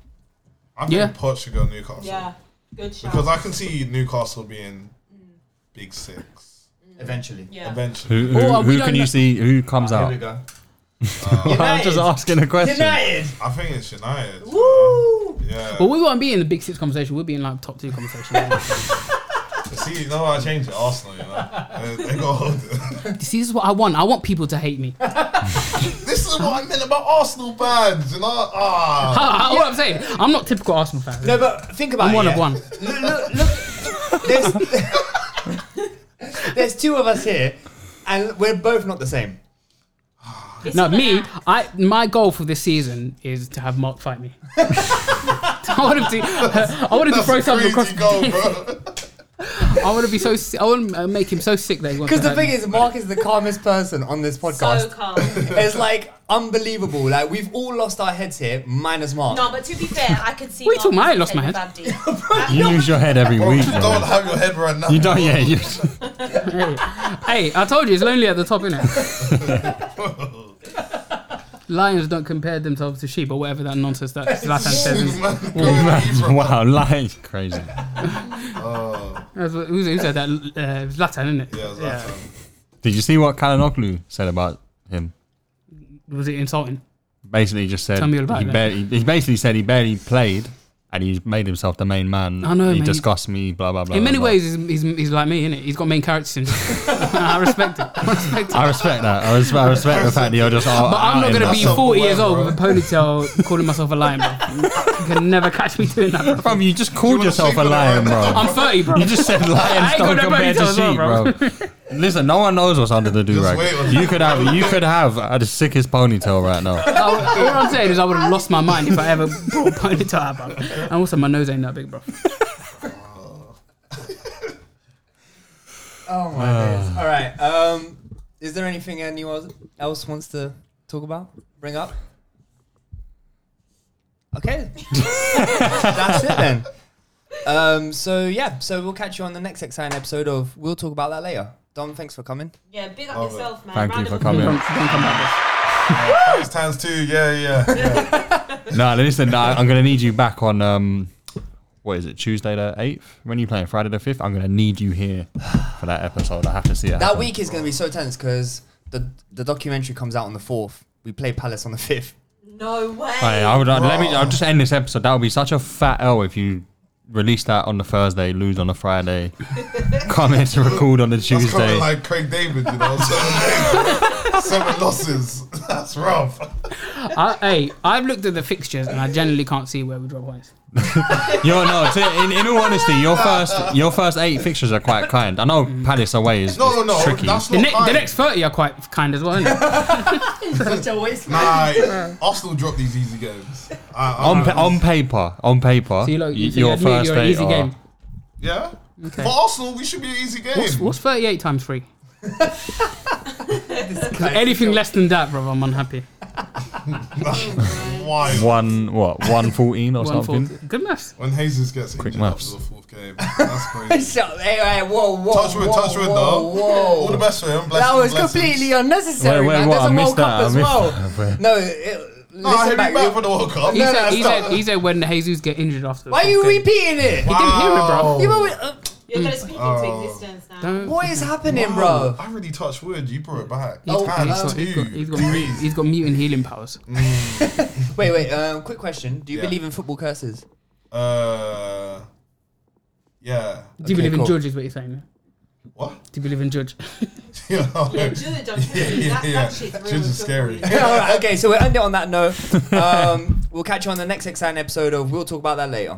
S6: I think
S5: Yeah.
S6: Poch should go Newcastle.
S8: Yeah, good shout.
S6: Because I can see Newcastle being big six
S3: eventually.
S8: Yeah.
S6: Eventually.
S1: Who, who,
S5: Or we
S1: who
S5: don't
S1: can you
S5: know-
S1: see? Who comes
S3: Here
S1: out?
S5: Oh.
S3: we go.
S1: I'm just
S3: United.
S1: asking a question.
S3: United.
S6: I think it's United.
S8: Woo!
S6: Yeah.
S5: Well, we won't be in the big six conversation. We'll be in like top two conversation.
S6: See, no, I changed it. Arsenal, you know. They, they got hold it.
S5: See, this is what I want. I want people to hate me.
S6: This is what I meant about Arsenal fans, you know. Ah.
S5: Ah, What I'm saying, I'm not typical Arsenal fan.
S3: No, Oh, but think about
S5: I'm
S3: it.
S5: one of
S3: yeah?
S5: one.
S3: Look, look, look. There's, there's two of us here, and we're both not the same.
S5: No, me. I my goal for this season is to have Mark fight me. I want him to. I want him to
S6: That's
S5: throw
S6: a
S5: something across.
S6: crazy
S5: the
S6: goal,
S5: table.
S6: bro.
S5: I want to be so. si- I want to make him so sick that he wants.
S3: Because the
S5: to hurt
S3: thing
S5: me.
S3: is, Mark is the calmest person on this
S8: So
S3: podcast.
S8: calm.
S3: it's like unbelievable. Like we've all lost our heads here, minus Mark.
S8: no, but to be fair, I could see.
S5: Wait till
S8: Marcus
S5: I lost my
S8: taking
S5: head.
S8: Babdi.
S1: You use your head every
S6: Bro, you
S1: week. bro.
S6: don't have your head right now.
S1: You don't, yeah. You,
S5: hey, I told you it's lonely at the top, innit? Lions don't compare themselves to sheep or whatever that nonsense that Zlatan says. is-
S1: wow, lying crazy.
S5: That's what- Who who said that? Uh, Zlatan, innit?
S6: Yeah, Zlatan.
S1: Did you see what Kalanoglu said about him?
S5: Was it insulting?
S1: Basically, just said
S5: Tell me all about
S1: he,
S5: it.
S1: barely, he basically said he barely played, and he's made himself the main man.
S5: I know,
S1: He
S5: man.
S1: discussed me, blah blah blah.
S5: In
S1: blah,
S5: many
S1: blah.
S5: ways, he's, he's, he's like me, innit? He's got main character syndrome. I respect it. I respect it.
S1: I respect that. I respect, I respect the fact that you're just. Out,
S5: But I'm not going to be
S6: That's
S5: 40 years
S6: self-aware,
S5: old with a ponytail calling myself a lion, bro. You can never catch me doing that, bro.
S1: Bro, you just called
S6: wanna
S1: yourself
S6: speak
S1: a
S6: on the
S1: lion,
S6: right
S1: bro.
S6: now?
S5: I'm 30, bro.
S1: You just said lions
S5: ain't got
S1: don't
S5: no
S1: compare to
S5: ponytail as well,
S1: sheep, bro. Listen, no one knows what's under the do
S6: wait on
S1: rag. You could have, you could have uh, the sickest ponytail right now.
S5: All all I'm saying is I would have lost my mind if I ever brought a ponytail out, bro. And also, my nose ain't that big, bro.
S3: Oh my
S1: Ah.
S3: days. All right. Um, is there anything anyone else wants to talk about? Bring up? Okay. That's it then. Um, so yeah, so we'll catch you on the next exciting episode of We'll Talk About That Later. Dom, thanks for coming.
S8: Yeah, big up
S6: Love it.
S8: yourself, man.
S1: Thank
S8: Round
S1: you
S8: of
S1: for
S8: applause.
S5: Don't,
S1: coming.
S5: don't come back,
S6: Times times two, yeah, yeah.
S1: No, listen, no, I'm going to need you back on, um, what is it, Tuesday the 8th? When are you playing? Friday the 5th? I'm going to need you here for that episode. I have to see it
S3: That
S1: happen.
S3: week is going to be so tense because the the documentary comes out on the fourth. We play Palace on the fifth.
S8: No way.
S1: Hey, I would, let me, I'll just end this episode. That would be such a fat L if you release that on the Thursday, lose on the Friday, come here to record on the
S6: That's kinda
S1: Tuesday.
S6: like Craig David, you know. Seven, seven losses. That's rough.
S5: I, hey, I've looked at the fixtures and I generally can't see where we drop points.
S1: You're not. In, in all honesty, your first your first eight fixtures are quite kind. I know Palace away is is tricky.
S5: the, ne- the next thirty are quite kind as well. Isn't it?
S10: Such a waste.
S6: Nah, Arsenal drop these easy games. I, I
S1: on
S6: don't
S1: pa-
S6: know.
S1: on paper, on paper,
S5: So you like-
S1: y-
S5: you think
S1: your
S5: I'd make
S1: first
S5: your
S1: eight
S5: easy
S1: are-
S5: game?
S6: Yeah.
S5: Okay.
S6: For Arsenal, we should be an easy game.
S5: What's, what's thirty-eight times three? 'Cause anything less than that, brother, I'm unhappy.
S6: Why?
S1: one what one fourteen or something.
S5: Good maths.
S6: When Jesus gets
S1: Quick
S6: injured
S1: maths.
S6: after the fourth game, that's crazy.
S3: So, hey, hey, whoa, whoa,
S6: touch wood,
S3: whoa,
S6: touch wood,
S3: whoa,
S6: though.
S3: Whoa.
S6: All the best for him. Blessings,
S3: that was
S6: blessings.
S3: completely unnecessary,
S1: Wait, wait,
S3: man.
S1: what?
S3: There's
S1: I
S3: a
S1: missed
S3: World
S1: that,
S3: Cup
S1: I
S3: as
S1: missed
S3: well.
S1: that.
S3: no, it,
S6: Nah,
S3: listen
S6: hit me
S3: back.
S6: back for the World Cup.
S5: He said, he,
S6: That's
S5: said, he said when Jesus get injured after. the
S3: Why are you
S5: fourth game.
S3: repeating it?
S5: He didn't hear it, bro.
S3: You were- uh,
S8: You're gonna speak into
S6: Oh.
S8: existence now.
S5: Don't-
S3: What is happening,
S6: Wow,
S3: bro?
S6: I really touched wood. You brought it back.
S5: He's got-
S6: Times
S5: Oh, he's got- he's
S6: two.
S5: got- he's got mute- he's got mute and healing powers.
S3: Mm. Wait, wait. Um, quick question: Do you
S6: Yeah.
S3: believe in football curses?
S6: Uh, yeah.
S5: Do you
S3: Okay,
S5: believe in
S3: cool.
S5: George? Is what you're saying?
S6: What?
S5: Do you believe in George?
S6: yeah,
S8: Yeah, Julia John
S6: yeah,
S8: Kennedy,
S6: yeah,
S8: that-
S6: yeah.
S8: that shit's real
S6: Jibs is
S8: good
S6: scary.
S8: for you.
S3: All right, okay, so we'll end it on that note. Um, we'll catch you on the next exciting episode of We'll Talk About That Later.